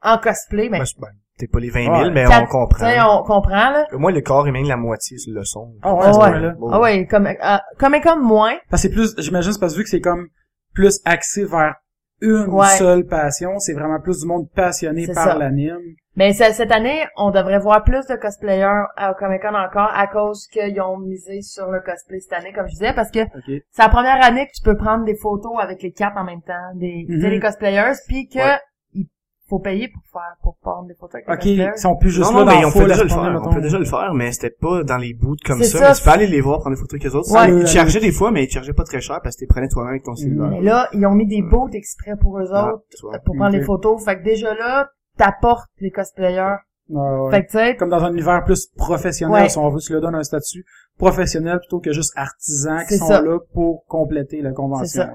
S6: en cosplay, ben,
S4: Ben, c'est- ben, t'es pas les 20 000,
S5: Ouais.
S4: mais Ben, on
S6: ça- tu sais,
S4: comprend.
S6: on comprend, là.
S4: Au moins, le corps est même la moitié, c'est le son.
S5: Ah ouais,
S6: Ah
S5: c'est
S6: ouais.
S5: vrai, là.
S4: Bon.
S6: Ah ouais, comme, euh, Comic Con moins,
S5: Parce que c'est plus, j'imagine, c'est parce que vu que c'est comme plus axé vers une
S6: Ouais.
S5: seule passion. C'est vraiment plus du monde passionné
S6: C'est
S5: par
S6: ça.
S5: l'anime.
S6: Mais ce- cette année, on devrait voir plus de cosplayers à Comic Con encore à cause qu'ils ont misé sur le cosplay cette année, comme je disais, parce que
S5: Ok.
S6: c'est la première année que tu peux prendre des photos avec les capes en même temps, des,
S5: Mhm.
S6: des cosplayers, puis que
S4: Ouais.
S6: il faut payer pour faire pour prendre des photos avec les
S5: Ok,
S6: cosplayers.
S5: ils sont plus juste
S4: non, non,
S5: là dans
S4: mais on
S5: foule
S4: peut
S5: à se
S4: déjà le
S5: promener,
S4: faire. On
S5: mettons.
S4: peut déjà le faire, mais c'était pas dans les booths comme
S6: C'est
S4: ça.
S6: ça,
S4: Mais tu peux aller les voir, prendre des photos avec les autres.
S6: Ouais.
S4: Ils te chargeaient des fois, mais ils te chargeaient pas très cher parce que tu les prenais toi-même avec ton cellulaire.
S6: Mais là, ils ont mis des boots exprès pour eux
S4: Ah,
S6: autres, euh,
S4: tu vois.
S6: pour prendre
S5: Mm. ok.
S6: les photos. Fait que déjà là, t'apportes les cosplayers.
S5: Ouais, ouais.
S6: Fait que tu sais,
S5: Comme dans un univers plus professionnel,
S6: Ouais.
S5: si on veut, tu leur donnes un statut professionnel plutôt que juste artisan qui
S6: C'est
S5: sont
S6: ça.
S5: là pour compléter la convention.
S6: C'est ça.
S5: là.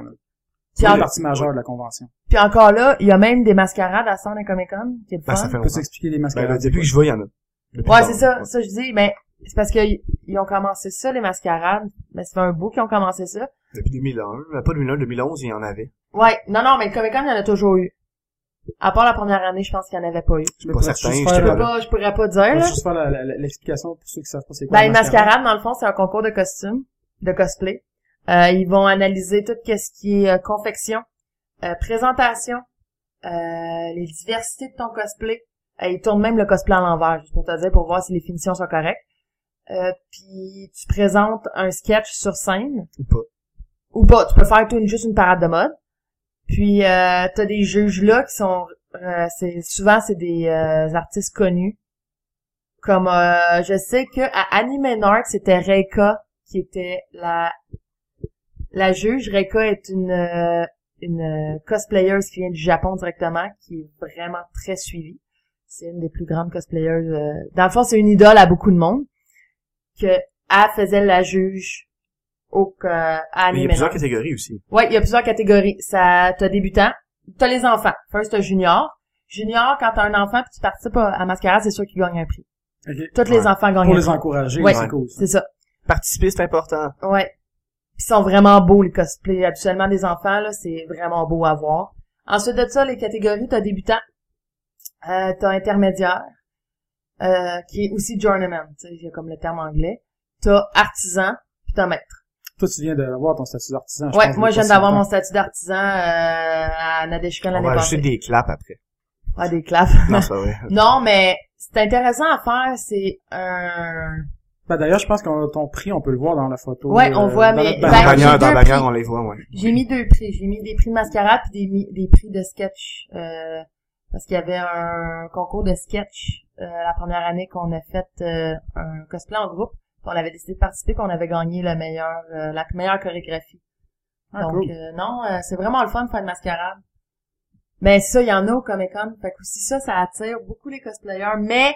S5: C'est
S6: puis,
S5: la
S6: en-
S5: partie majeure de la convention.
S6: puis encore là, il y a même des mascarades à San et Comic Con, qui est le
S4: Ben,
S6: fun.
S4: ça fait
S5: Peux-tu
S4: longtemps.
S5: expliquer les
S4: Ben, là,
S5: mascarades?
S4: depuis que je vois, il y en a. Depuis
S6: Ouais,
S4: longtemps.
S6: c'est ça, ça je dis, mais c'est parce qu'ils ils ont commencé ça, les mascarades, mais ça fait un bout qu'ils ont commencé ça.
S4: Depuis 2001. euh, Pas 2001, 2011, il y en avait.
S6: Ouais, non, non, mais le Comic Con, il y en a toujours eu. À part la première année, je pense qu'il n'y en avait pas eu.
S4: Je suis pas
S5: pourrais-tu
S4: certain,
S5: juste faire
S4: j'étais
S6: Je
S4: pas
S6: peux
S5: un-
S4: là.
S6: pas, je pourrais pas dire,
S5: On va
S6: là.
S5: juste faire la- la- la- l'explication pour ceux qui savent pas c'est quoi.
S6: Ben, une
S5: une
S6: mascarade, dans le fond, c'est un concours de costumes, de cosplay. Euh, ils vont analyser tout ce qui est euh, confection, euh, présentation, euh, les diversités de ton cosplay. Euh, ils tournent même le cosplay à l'envers, juste pour te dire, pour voir si les finitions sont correctes. Euh, puis tu présentes un sketch sur scène.
S4: Ou pas.
S6: Ou pas, tu peux faire tout une- juste une parade de mode. Puis euh, t'as des juges là qui sont euh, c'est souvent c'est des euh, artistes connus. Comme euh, je sais que à Anime North, c'était Reika qui était la la juge. Reika est une euh, une euh, cosplayer qui vient du Japon directement, qui est vraiment très suivie. C'est une des plus grandes cosplayers. euh, Dans le fond, c'est une idole à beaucoup de monde. Que elle faisait la juge au euh, à
S4: Mais il y
S6: Anime
S4: a plusieurs
S6: North.
S4: catégories aussi.
S6: Ouais, il y a plusieurs catégories. Ça, t'as débutant, t'as les enfants. First, t'as junior. Junior, quand t'as un enfant puis tu participes à, à Mascarade, c'est sûr qu'il gagne un prix. Tous les
S4: Ouais.
S6: enfants gagnent
S5: Pour
S6: un
S5: les
S6: prix.
S5: encourager,
S6: Ouais.
S5: c'est cool. ça.
S6: C'est ça.
S4: Participer, c'est important.
S6: Ouais. Puis Ils sont vraiment beaux, les cosplays. Habituellement, des enfants, là, c'est vraiment beau à voir. Ensuite de ça, les catégories, t'as débutant, euh, t'as intermédiaire, euh, qui est aussi journeyman, tu sais, il y a comme le terme anglais. T'as artisan, puis t'as maître.
S5: Toi, tu viens d'avoir ton statut d'artisan. Ah, je
S6: Ouais,
S5: pense,
S6: moi,
S5: il y
S6: je
S5: a
S6: viens
S5: pas si
S6: d'avoir mon
S5: longtemps.
S6: statut d'artisan euh, à Nadeshkan
S4: On
S6: l'année
S4: va
S6: passée.
S4: ajouter des claps
S6: (laughs)
S4: après.
S6: Ah, des claves.
S4: Non, c'est pas vrai.
S6: Non, mais c'est intéressant à faire, c'est euh, un...
S5: Ben, d'ailleurs, je pense qu'on ton prix, on peut le voir dans la photo. euh,
S6: Ouais, on voit,
S5: dans
S6: mais-
S5: notre
S4: Dans
S6: Ben,
S4: la
S5: bannière.
S6: j'ai
S4: bannière, dans la
S6: deux
S4: bannière,
S6: prix.
S4: on les voit, ouais.
S6: J'ai mis deux prix. J'ai mis des prix de mascarade puis des, mi- des prix de sketch. euh, parce qu'il y avait un concours de sketch euh, la première année qu'on a fait euh, un cosplay en groupe. Puis On avait décidé de participer puis on avait gagné le meilleur, euh, la meilleure chorégraphie.
S5: Ah,
S6: Donc,
S5: cool.
S6: euh, non, euh, c'est vraiment le fun de faire une mascarade. Mais ça, il y en a au Comic-Con. Fait que aussi ça, ça attire beaucoup les cosplayers. Mais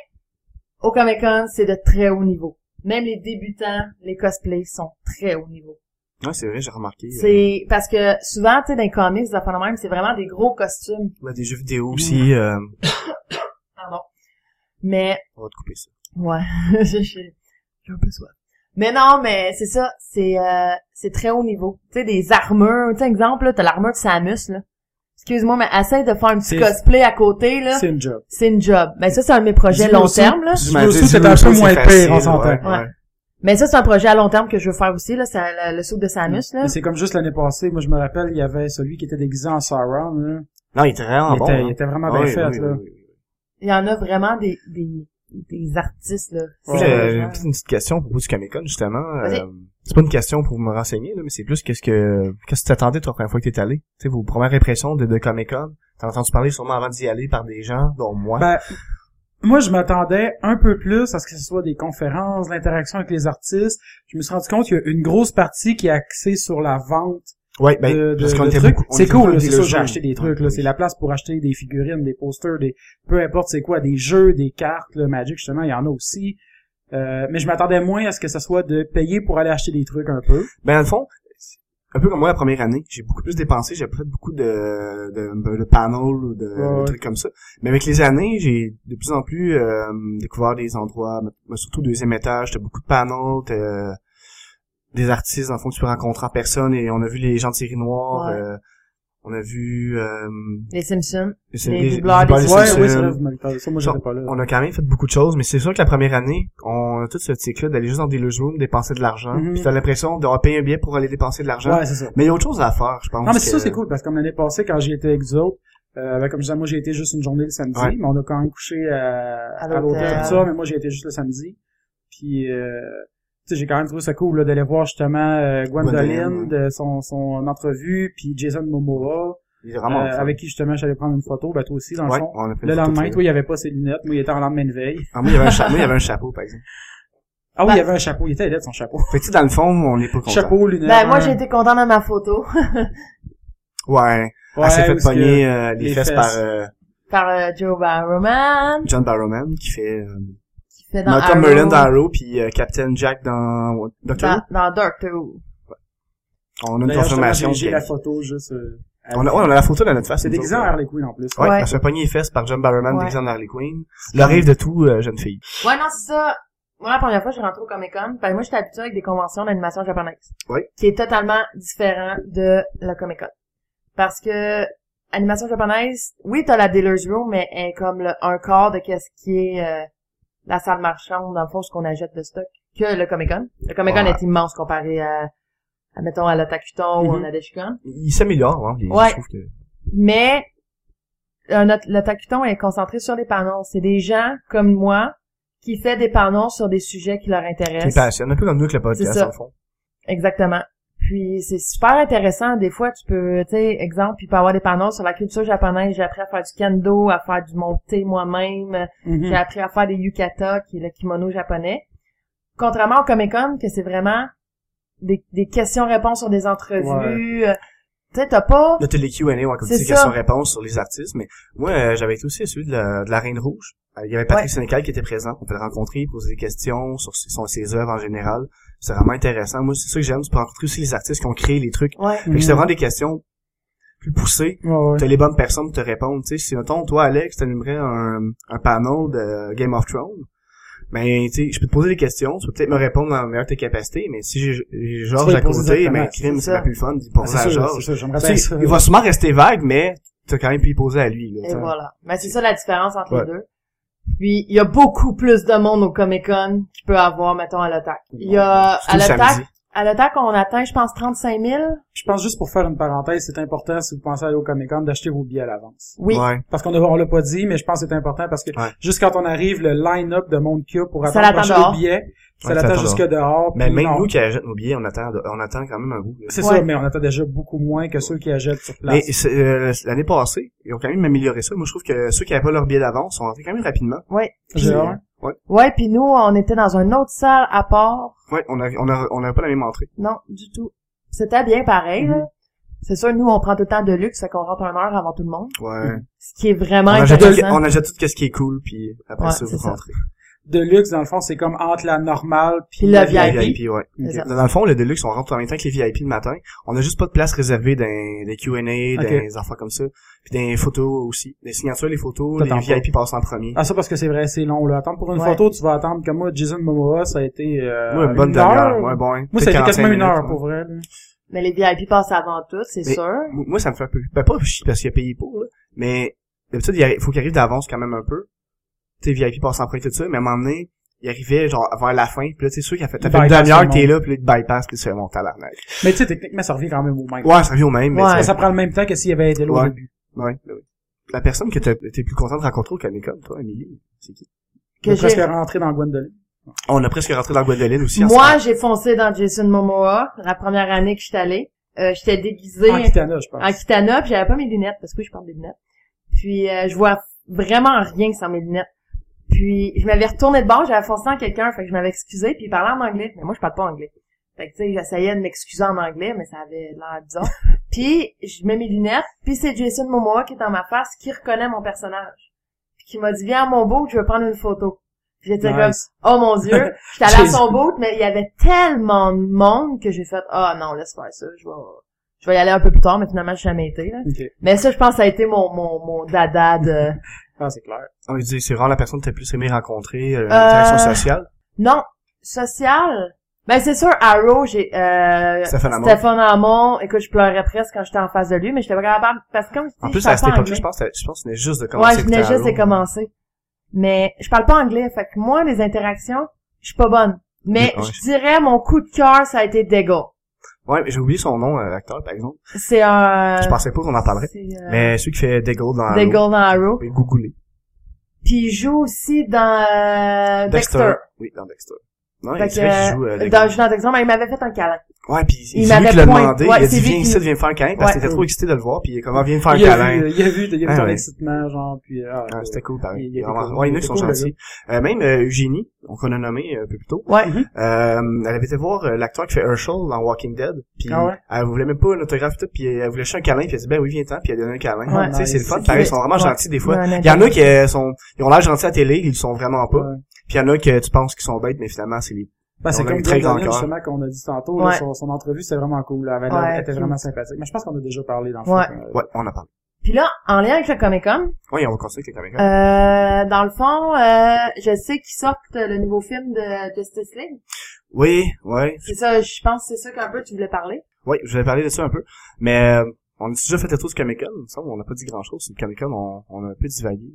S6: au Comic-Con, c'est de très haut niveau. Même les débutants, les cosplays sont très haut niveau.
S4: Ouais, c'est vrai, j'ai remarqué. euh,
S6: C'est parce que souvent, tu sais, dans les comics, des affaires de même, c'est vraiment des gros costumes.
S4: ouais, des jeux vidéo aussi, euh,
S6: Pardon. Mais,
S4: on va te couper ça.
S6: ouais, (laughs) je- je- j'ai un peu soif. Mais non, mais c'est ça, c'est euh, c'est très haut niveau. Tu sais, des armures, tu sais, exemple, là, t'as l'armure de Samus, là. Excuse-moi, mais essaye de faire un petit
S5: C'est-
S6: cosplay à côté, là.
S5: C'est une job.
S6: C'est une job. Mais ça, c'est un de mes projets
S5: Dis-le
S6: long
S5: aussi.
S6: terme, là.
S5: Du
S4: Mais
S5: Jiu-Jitsu,
S4: tu sais,
S5: c'est un
S4: Jiu-Jitsu,
S5: peu moins
S4: c'est
S5: pire, on
S4: facile,
S5: s'entend.
S4: ouais, ouais.
S6: Mais ça, c'est un projet à long terme que je veux faire aussi, là, ça, le, le soupe de Samus, là.
S5: Mais c'est comme juste l'année passée, moi, je me rappelle, il y avait celui qui était déguisé en Sauron, là.
S4: Non, il était vraiment
S5: Il
S4: bon.
S5: était,
S4: hein.
S5: il était vraiment
S4: Ah
S5: bien
S4: oui,
S5: fait,
S4: oui,
S5: là.
S4: oui, oui.
S6: Il y en a vraiment des, des, des artistes, là.
S4: Moi,
S5: Ouais, Euh,
S4: j'ai
S6: Sérieusement,
S4: une petite- une petite question à propos du Comic Con, justement.
S6: Vas-y.
S4: Euh, c'est pas une question pour me renseigner, là, mais c'est plus qu'est-ce que, qu'est-ce que t'attendais, toi, la première fois que t'es allé? Tu sais, vos premières impressions de, de Comic Con. T'en as entendu parler sûrement avant d'y aller par des gens, dont moi.
S5: Ben, moi, je m'attendais un peu plus à ce que ce soit des conférences, l'interaction avec les artistes. Je me suis rendu compte qu'il y a une grosse partie qui est axée sur la vente
S4: ouais, ben,
S5: de, de-
S4: parce qu'on
S5: de
S4: était
S5: trucs.
S4: beaucoup- on
S5: C'est
S4: était
S5: cool,
S4: beaucoup
S5: là, c'est
S4: des
S5: sûr, j'ai
S4: logements.
S5: acheté des trucs, là.
S4: Ouais,
S5: C'est la place pour acheter des figurines, des posters, des, peu importe c'est quoi, des jeux, des cartes, là, Magic, justement, il y en a aussi. Euh, mais je m'attendais moins à ce que ce soit de payer pour aller acheter des trucs un peu.
S4: Ben, dans le fond, c'est un peu comme moi la première année, j'ai beaucoup plus dépensé, j'ai pas fait beaucoup de, de, de panels ou de,
S5: Ouais,
S4: de
S5: ouais.
S4: trucs comme ça. Mais avec les années, j'ai de plus en plus euh, découvert des endroits, mais surtout deuxième étage, t'as beaucoup de panels, t'as euh, des artistes, dans le fond, que tu peux rencontrer en personne et on a vu les gens de série noire.
S6: Ouais.
S4: euh, On a vu... Euh,
S6: Les Simpsons.
S4: c'est-
S6: Les doubleurs,
S4: doubleurs
S6: les
S4: des
S5: Ouais,
S4: Simpsons.
S5: oui, c'est vrai, vous m'avez parlé de ça, moi j'étais pas là.
S4: On a quand même fait beaucoup de choses, mais c'est sûr que la première année, on a tout ce tic-là d'aller juste dans des loge rooms, dépenser de l'argent,
S5: Mhm.
S4: puis t'as l'impression de payer un billet pour aller dépenser de l'argent.
S5: Ouais, c'est ça.
S4: Mais il y a autre chose à faire, je pense.
S5: Non, mais c'est
S4: que-
S5: ça, c'est cool, parce que comme l'année passée, quand j'y étais avec vous autres, euh, ben, comme je disais, moi, j'ai été juste une journée le samedi,
S4: Ouais.
S5: mais on a quand même couché à,
S6: À
S5: à
S6: l'hôtel.
S5: l'hôtel, tout ça, mais moi, j'ai été juste le samedi. Puis, euh, tu sais, j'ai quand même trouvé ça cool, là, d'aller voir, justement, euh, Gwendoline,
S4: Gwendoline,
S5: de son, son entrevue, puis Jason Momoa,
S4: Il est vraiment
S5: euh,
S4: le fun.
S5: avec qui, justement, j'allais prendre une photo, ben, toi aussi, dans
S4: Ah, Ouais,
S5: le fond.
S4: on a fait
S5: Le
S4: une photo
S5: lendemain,
S4: de-
S5: toi, il avait pas ses lunettes, moi, il était en lendemain de veille.
S4: Ah, moi, il y avait un cha- moi, il y avait un chapeau, par exemple.
S5: Ah oui,
S6: Ben-
S5: il avait un chapeau, il était laid, son chapeau.
S4: Fait que, tu sais, dans le fond, on est pas content.
S5: Chapeau, lunettes.
S6: Ben, moi,
S5: hein.
S6: j'ai été contente de ma photo (laughs)
S4: Ouais.
S5: Ouais,
S4: Elle s'est
S5: où
S4: fait
S5: est-ce que-
S4: pogner euh, les,
S5: les
S4: fesses,
S5: fesses.
S4: par euh,
S6: par euh, Joe Barrowman,
S4: John Barrowman, qui fait euh,
S6: qui fait dans
S4: Malcolm
S6: Arrow, Bah.
S4: Merlin dans Arrow, puis euh, Captain Jack dans Doctor Who.
S6: dans, dans Doctor Who.
S4: On a une
S5: D'ailleurs, justement,
S4: confirmation.
S5: j'ai- J'ai
S4: de-
S5: la photo, juste, euh, à-
S4: On a, ouais, on a la photo de notre face.
S5: C'est
S4: nous
S5: déguisé en
S4: autres.
S5: Harley Quinn, en plus.
S4: Ouais,
S6: Ouais.
S4: elle se fait pogner les fesses par John Barrowman
S6: Ouais.
S4: déguisé en Harley Quinn. Le rêve de tout euh, jeune fille.
S6: Ouais, non, c'est ça. Moi, la première fois, je suis rentrée au Comic-Con. Fait que moi, j'étais habituée avec des conventions d'animation japonaise.
S4: Ouais.
S6: Qui est totalement différent de la Comic-Con. Parce que, animation japonaise, oui, t'as la Dealer's Room, mais elle est comme le, un quart de qu'est-ce qui est, euh, la salle marchande, dans le fond, ce qu'on achète de stock, que le Comic-Con. Le Comic-Con
S4: Ouais.
S6: est immense comparé à, à, mettons, à la Takuton ou
S5: Mhm.
S6: à la Deshicon.
S4: Il s'améliore, hein. les-
S6: Ouais.
S4: Je trouve que...
S6: Mais, euh, notre- le Takuton est concentré sur les panneaux. C'est des gens, comme moi, qui fait des panneaux sur des sujets qui leur
S4: Qui me
S6: intéressent.
S4: passionne. Un peu comme nous avec le podcast,
S6: C'est ça.
S4: en fond.
S6: Exactement. Puis c'est super intéressant. Des fois, tu peux, tu sais, exemple, il peut y avoir des panneaux sur la culture japonaise. J'ai appris à faire du kendo, à faire du monté moi-même.
S5: Mhm.
S6: J'ai appris à faire des yukata, qui est le kimono japonais. Contrairement au Comic-Con, que c'est vraiment des, des questions-réponses sur des entrevues. Euh, Tu sais, t'as pas...
S4: Là, t'as les Q&A, ouais, comme tu
S6: C'est
S4: dis,
S6: ça.
S4: questions-réponses sur les artistes, mais moi, euh, j'avais été aussi à celui de la, de la Reine Rouge. Euh, Il y avait Patrick
S6: Ouais.
S4: Sénécal qui était présent, on peut le rencontrer, poser des questions sur ses, son- ses œuvres en général. C'est vraiment intéressant. Moi, c'est ça que j'aime, tu peux rencontrer aussi les artistes qui ont créé les trucs.
S6: Ouais.
S4: Fait que c'est vraiment des questions plus poussées.
S5: Ouais, Mm. ouais.
S4: T'as les bonnes personnes pour te répondre. Tu sais, si, mettons, toi, Alex, t'animerais un, un panel de Game of Thrones, ben, tu sais, je peux te poser des questions, tu peux peut-être me répondre dans la meilleure de tes capacités, mais si j'ai j'ai
S5: Tu
S4: Georges
S5: vas
S4: à
S5: lui poser
S4: côté,
S5: directement,
S4: ben, crime,
S6: c'est
S4: c'est
S6: ça.
S4: pas plus fun d'y penser
S5: Ah,
S4: à
S5: c'est sûr,
S4: Georges.
S5: c'est sûr, j'aimerais
S6: Ben,
S4: Tu
S5: bien
S4: sais,
S5: ça.
S4: il va sûrement rester vague, mais t'as quand même pu y poser à lui. Là,
S6: Et
S4: t'sais.
S6: voilà. Mais c'est ça la différence entre
S4: Ouais.
S6: les deux. Puis, il y a beaucoup plus de monde au Comic-Con qu'il peut avoir, mettons, à l'attaque. Il y a,
S4: Surtout
S6: à
S4: le
S6: l'attaque,
S4: samedi.
S6: À l'attaque, on atteint, je pense, 35 000.
S5: Je pense juste pour faire une parenthèse, c'est important si vous pensez aller au Comic Con d'acheter vos billets à l'avance.
S6: Oui.
S4: Ouais.
S5: Parce qu'on a- on l'a pas dit, mais je pense que c'est important parce que
S4: Ouais.
S5: juste quand on arrive, le line-up de monde qu'il y a pour
S6: Ça
S5: attendre pour
S6: l'attend
S5: acheter
S6: dehors.
S5: le billet, ça
S4: Ouais, ça
S5: l'attend
S4: l'attend
S5: jusque dehors.
S4: Mais
S5: puis
S4: même
S5: non.
S4: nous qui achètent nos billets, on attend, de- on attend quand même un bout. là.
S5: C'est
S6: Ouais.
S5: ça, mais on attend déjà beaucoup moins que ceux qui achètent sur
S4: Mais
S5: place.
S4: c'est, euh, l'année passée, ils ont quand même amélioré ça. Moi, je trouve que ceux qui n'avaient pas leur billet d'avance sont rentrés quand même rapidement.
S5: J'ai
S4: puis-
S5: hâte.
S6: Ouais, puis nous, on était dans une autre salle à part.
S4: Ouais, on a, on a, on a pas la même entrée.
S6: Non, du tout. C'était bien pareil,
S4: Mhm.
S6: là. C'est sûr, nous, on prend tout le temps de luxe, fait qu'on rentre une heure avant tout le monde.
S4: Ouais.
S6: Ce qui est vraiment
S4: on, achète tout,
S6: intéressant.
S4: on achète tout ce qui est cool, puis après
S6: Ouais,
S4: ça, vous
S6: c'est ça.
S4: rentrez.
S5: De luxe, dans le fond, c'est comme entre la normale puis
S6: Puis
S5: la
S6: le
S5: vieille.
S6: VIP.
S4: Les VIP, ouais.
S6: C'est ça.
S4: Dans le fond, le Deluxe, on rentre en même temps que les VIP le matin. On a juste pas de place réservée dans des Q&A,
S5: Ok.
S4: dans des affaires comme ça. Puis des photos aussi. Des signatures, les photos, les
S5: T'attends pas.
S4: VIP passent en premier.
S5: Ah ça parce que c'est vrai, c'est long là. Attendre pour une
S6: Ouais.
S5: photo, tu vas attendre. Comme moi, Jason Momoa, ça a été euh,
S4: Ouais, une bonne
S5: heure.
S4: demi-heure. Ouais, bon. hein.
S5: Moi, ça a
S4: Peut-être
S5: été
S4: 45
S5: quasiment une
S4: minutes,
S5: heure
S4: ouais.
S5: pour vrai. là.
S6: Mais les VIP passent avant tout, c'est
S4: Mais-
S6: sûr.
S4: Moi, ça me fait un peu... Ben, pas chier parce qu'il a payé pour, là. Mais d'habitude, il arri- faut qu'il arrive d'avance quand même un peu. Tu sais, VIP passe en premier, tout ça. Mais à un moment donné, il arrivait genre vers la fin. Puis là, tu sais, sûr qu'il a fait... T'as
S5: Il
S4: fait une
S5: bypass
S4: demi-heure
S5: le
S4: que t'es là, puis là, il te bypass, puis c'est mon tabarnak.
S5: Mais tu sais, techniquement, ça revient quand même au même.
S4: Ouais, ça revient au même, mais
S6: Ouais.
S4: tu sais,
S5: Ça, ça prend le même temps que s'il y avait été là au
S4: Ouais.
S5: début.
S4: Ouais, ben oui. La personne que t'as été plus content de rencontrer au Comic-Con, toi, Emily, c'est qui?
S5: On est
S6: Que
S5: presque
S6: j'ai...
S5: rentré dans Gwendoline.
S4: On a presque rentré dans Gwendoline aussi. en
S6: Moi,
S4: ce
S6: j'ai foncé dans Jason Momoa, la première année que j'étais allée. Euh, j'étais déguisée.
S4: Ah,
S5: En Kitana, je pense.
S6: en Kitana, puis j'avais pas mes lunettes, parce que oui, je porte des lunettes. Puis euh, je vois vraiment rien sans mes lunettes. Puis je m'avais retourné de bord, j'avais foncé en quelqu'un, fait que je m'avais excusé, puis il parlait en anglais. Mais moi, je parle pas anglais. Fait que tu sais, j'essayais de m'excuser en anglais, mais ça avait l'air bizarre. (laughs) puis je mets mes lunettes, puis c'est Jason Momoa qui est dans ma face, qui reconnaît mon personnage. Puis qui m'a dit, viens à mon boat, je veux prendre une photo. Puis J'étais comme,
S5: Nice.
S6: oh mon
S4: (laughs)
S6: dieu, j'étais allée à
S5: Jason.
S6: son boat, mais il y avait tellement de monde que j'ai fait, ah non, laisse faire ça, je vais, je vais y aller un peu plus tard, mais finalement, j'ai jamais été, là.
S5: Ok.
S6: Mais ça, je pense, ça a été mon, mon, mon
S4: (laughs)
S6: dada de...
S5: Ah, c'est clair.
S4: On
S6: Euh,
S4: dit, c'est vraiment la personne que t'as plus aimé rencontrer, euh, l'interaction sociale.
S6: Non, social, Ben c'est sûr, Arrow, j'ai euh,
S4: Stéphane Amont.
S6: Stéphane Amont. Écoute, je pleurais presque quand j'étais en face de lui, mais j'étais pas capable parce que comme je dis,
S4: En
S6: je
S4: plus,
S6: parle
S4: à cette
S6: pas
S4: époque-là,
S6: anglais.
S4: je pense, que- je pense que venait juste de commencer.
S6: Ouais, je venais
S4: écouter
S6: juste de
S4: Halo.
S6: commencer. Mais je parle pas anglais, fait que moi, les interactions, je suis pas bonne. Mais
S4: Ouais, ouais.
S6: je dirais mon coup de cœur, ça a été Dego.
S4: Ouais, mais j'ai oublié son nom, euh, acteur, par exemple.
S6: C'est un...
S4: Je pensais pas qu'on en parlerait.
S6: c'est, euh,
S4: Mais celui qui fait Deggle dans
S6: Dego
S4: Halo,
S6: dans Arrow.
S4: vous pouvez googler.
S6: Puis il joue aussi dans euh, Dexter.
S4: Oui, dans Dexter. Non,
S6: Fait
S4: il
S6: que,
S4: dirait qu'il joue euh,
S6: euh,
S4: Dexter.
S6: dans, je joue dans Dexter, mais il m'avait fait un câlin.
S4: Ouais, puis
S6: il
S4: il c'est lui
S6: m'avait
S4: qui l'a
S6: point-
S4: demandé,
S6: ouais,
S4: il a
S6: c'est
S4: dit
S6: lui
S4: viens
S6: qui-
S4: ici, viens me faire un câlin, parce qu'il
S6: Ouais.
S4: était trop excité de le voir, puis il est comme, Ah, viens me faire un
S5: il, a
S4: câlin.
S6: euh,
S5: vu, il a vu, il a vu
S4: Ah,
S5: ton
S4: ouais.
S5: excitement, genre, puis... Ah,
S4: Ah, c'était cool, pareil.
S5: Il- il était
S4: Vraiment-
S5: cool.
S4: ouais, il y en
S5: Il
S4: a qui
S5: était
S4: sont
S5: cool, le
S4: gentils. Euh, même euh, Eugénie, donc qu'on a nommé euh, un peu plus tôt,
S6: Ouais.
S4: euh, elle avait été voir euh, l'acteur qui fait Herschel dans Walking Dead, puis
S5: Ah ouais?
S4: elle voulait même pas un autographe et tout, puis elle voulait juste un câlin, puis elle dit ben oui viens-t'en, puis elle donne un câlin.
S6: Ouais.
S4: tu sais, c'est le fun,
S5: C'est
S4: pareil, ils
S6: cute.
S4: sont vraiment
S6: Ouais.
S4: gentils des fois.
S6: Ouais,
S4: Il y en a qui euh, sont, ils ont l'air gentils à télé, ils le sont vraiment pas.
S5: Ouais.
S4: Puis il y en a que tu penses qu'ils sont bêtes, mais finalement c'est les.
S5: Ben, c'est
S4: On a
S5: comme
S4: eu très
S5: très
S4: grand
S5: Daniel,
S4: cœur.
S5: justement, qu'on a dit tantôt, là,
S6: Ouais.
S5: son, son entrevue, c'était vraiment cool. là. Elle, avait-
S6: Ouais,
S5: elle était
S6: cute.
S5: vraiment sympathique. Mais je pense qu'on a déjà parlé dans le
S6: Ouais.
S5: fond, euh,
S4: Ouais, on en parle.
S6: Puis là, en lien avec le Comic-Con,
S4: Ouais, on va continuer avec les caméras.
S6: euh, dans le fond, euh, je sais qu'ils sortent le nouveau film de Justice League.
S4: Oui, ouais,
S6: C'est ça, je pense que c'est ça qu'un peu tu voulais parler.
S4: ouais, je vais parler de ça un peu, mais euh, on a déjà fait le tour du Comic Con, il me semble, on n'a pas dit grand chose sur le Comic Con, on, on a un peu divagué.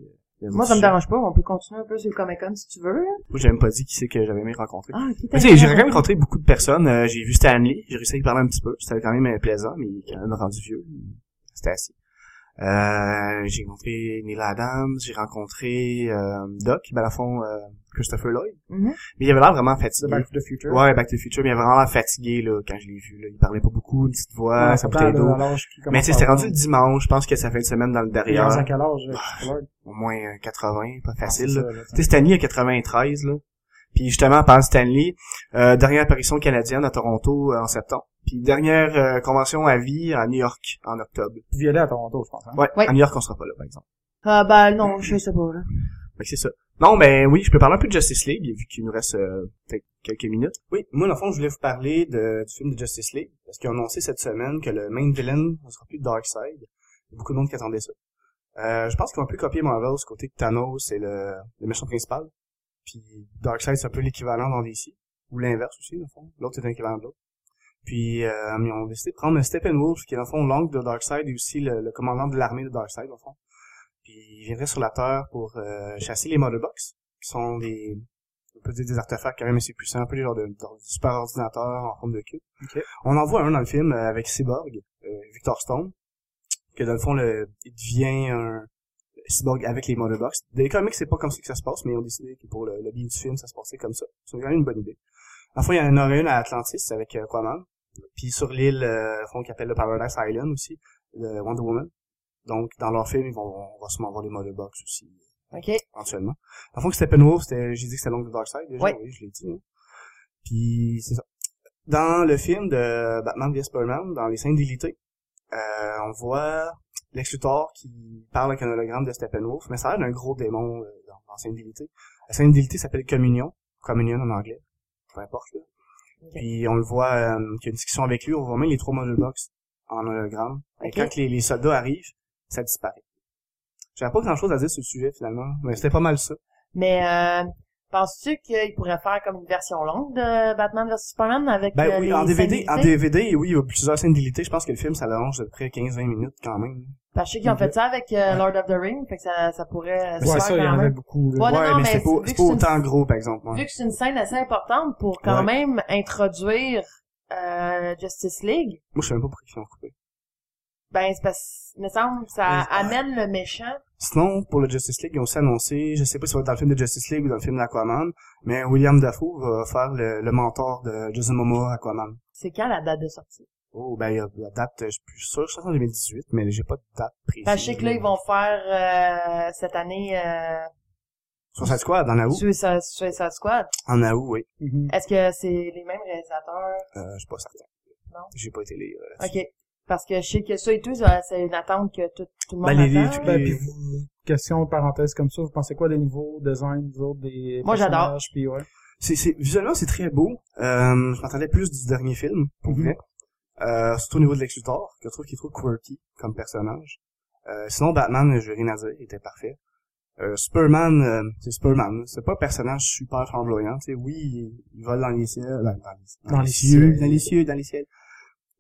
S4: euh,
S6: Moi, ça me dérange pas, on peut continuer un peu sur le Comic-Con si tu veux.
S4: Moi, j'ai même pas dit qui c'est que j'avais aimé rencontrer.
S6: Ah, qui
S4: Mais tu sais, j'ai quand même rencontré beaucoup de personnes. Euh, j'ai vu Stanley, j'ai réussi à y parler un petit peu. C'était quand même euh, plaisant, mais il est quand même rendu vieux. C'était assez. Euh, j'ai rencontré Neil Adams, j'ai rencontré euh, Doc, ben à fond euh, Christopher Lloyd.
S6: Mhm.
S4: Mais il avait l'air vraiment
S5: The
S4: fatigué.
S5: Back to the Future.
S4: Ouais, Back to the Future, mais il avait vraiment l'air fatigué là, quand je l'ai vu. Là. Il parlait pas beaucoup, une petite
S5: Ouais,
S4: voix, sa
S5: ça
S4: bouteille
S5: parle
S4: d'eau.
S5: de l'âge qui
S4: Mais
S5: commence
S4: tu sais, c'était
S5: à-
S4: rendu le dimanche, je pense que ça fait une semaine dans le
S5: Il est rendu à
S4: derrière.
S5: quel âge, euh, Fuller?
S4: Au moins euh, 80,
S5: Ah,
S4: pas
S5: c'est
S4: facile.
S5: ça,
S4: là.
S5: là,
S4: Tu sais, Stanley a 93, là. Puis justement, par Stanley, euh, dernière apparition canadienne à Toronto euh, en septembre. Puis dernière euh, convention à vie à New York en octobre.
S5: Tu violet à Toronto, je pense. Hein?
S4: Ouais,
S6: Ouais.
S4: à New York, on sera pas là, par exemple.
S6: Ah, bah non, je sais pas, là.
S4: Fait que c'est ça. Non, ben oui, je peux parler un peu de Justice League, vu qu'il nous reste euh, peut-être quelques minutes. Oui, moi, dans le fond, je voulais vous parler de, du film de Justice League, parce qu'ils ont annoncé cette semaine que le main villain ne sera plus Darkseid. Il y a beaucoup de monde qui attendait ça. Euh, je pense qu'ils vont un peu copier Marvel du côté que Thanos, c'est le, le méchant principal. Puis Darkseid, c'est un peu l'équivalent dans DC. Ou l'inverse aussi, dans le fond. L'autre est un équivalent de l'autre. Puis euh, ils ont décidé de prendre Steppenwolf, qui est dans le fond l'oncle de Darkseid et aussi le, le commandant de l'armée de Darkseid, dans le fond. Puis il viendrait sur la Terre pour euh, chasser les Mother Box, qui sont des on peut dire des artefacts quand même assez puissants, un peu des genres de, genre de super ordinateurs en forme de cube.
S5: Ok.
S4: On en voit un dans le film euh, avec Cyborg, euh, Victor Stone, que dans le fond, le, il devient un Cyborg avec les Mother Box. Dans les comics, c'est pas comme ça que ça se passe, mais ils ont décidé que pour le, le bien du film, ça se passait comme ça. C'est quand même une bonne idée. Enfin, il y en aurait une à Atlantis avec euh, Aquaman. Puis sur l'île, euh, fond, qui appelle le Paradise Island aussi, le Wonder Woman. Donc, dans leur film, ils vont, on va sûrement voir les Mother Box aussi,
S6: OK.
S4: éventuellement. Dans le fond, Steppenwolf, c'était, j'ai dit que c'était l'oncle de Darkseid, déjà,
S6: Ouais.
S4: oui, je l'ai dit. hein. Puis, c'est ça. Dans le film de Batman vs Superman, dans les scènes délitées, euh, on voit Lex Luthor qui parle avec un hologramme de Steppenwolf, mais ça a l'air d'un gros démon euh, dans, dans la scène délitée. La scène délitée s'appelle Communion, Communion en anglais, peu importe. Là. Puis, on le voit, euh, qu'il y a une discussion avec lui, on voit même les trois model box en hologramme. Et
S6: Ok.
S4: quand les, les soldats arrivent, ça disparaît. J'avais pas grand chose à dire sur le sujet, finalement, mais c'était pas mal ça.
S6: Mais euh, penses-tu qu'il pourrait faire comme une version longue de Batman vs Superman avec
S4: Ben
S6: euh,
S4: oui,
S6: les
S4: en DVD,
S6: scènes
S4: en
S6: délitées?
S4: DVD, oui, il y a plusieurs scènes délitées. Je pense que le film, ça l'allonge de près 15-20 minutes quand même.
S6: Parce que je sais qu'ils ont fait ça avec euh, Lord of the Rings, fait que ça, ça pourrait euh, se
S1: Ouais,
S6: faire
S1: ça, il y
S6: quand
S1: en
S6: même.
S1: avait
S5: beaucoup.
S6: Ouais, non, non, mais
S4: c'est pas,
S6: vu
S4: c'est pas
S6: que c'est une-
S4: autant gros, par exemple. ouais.
S6: Vu que c'est une scène assez importante pour quand
S4: Ouais.
S6: même introduire euh, Justice League,
S4: Moi, je sais même pas pourquoi ils l'ont coupé.
S6: ben c'est parce me semble que ça
S4: Ouais.
S6: amène le méchant.
S4: Sinon, pour le Justice League, ils ont aussi annoncé, je sais pas si ça va être dans le film de Justice League ou dans le film d'Aquaman, mais William Dafoe va faire le, le mentor de Jason Momoa Aquaman.
S6: C'est quand la date de sortie?
S4: Oh, ben, il y a la date, je suis plus sûr, je pense en 2018, mais j'ai pas de date précise.
S6: Parce que je sais que là, ils vont faire euh, cette année euh,
S4: Suicide Squad, en août.
S6: Suicide, Suicide Squad.
S4: En août, oui.
S5: Mm-hmm.
S6: Est-ce que c'est les mêmes réalisateurs?
S4: Euh, je suis pas certain.
S6: Non.
S4: J'ai pas été lire. euh, là-dessus.
S6: OK. Parce que je sais que ça et tout, ça- c'est une attente que tout, tout le monde
S4: Ben, les- les-
S6: attend.
S4: les-
S5: puis vous, question parenthèse comme ça, vous pensez quoi des nouveaux designs, vous autres, des
S6: Moi, j'adore.
S5: personnages, Puis ouais.
S4: c'est, c'est, visuellement, c'est très beau. Euh, je m'attendais plus du dernier film, pour
S5: Mhm.
S4: vrai. Euh, surtout au niveau de Lex Luthor, que je trouve qu'il est trop quirky comme personnage. Euh, sinon, Batman, je vais rien à dire, il était parfait. Euh, Superman, euh, c'est Superman. C'est pas un personnage super flamboyant. Tu sais, oui, il, il vole dans les cieux, dans, dans les,
S5: Dans les cieux.
S4: dans les cieux, dans les ciels.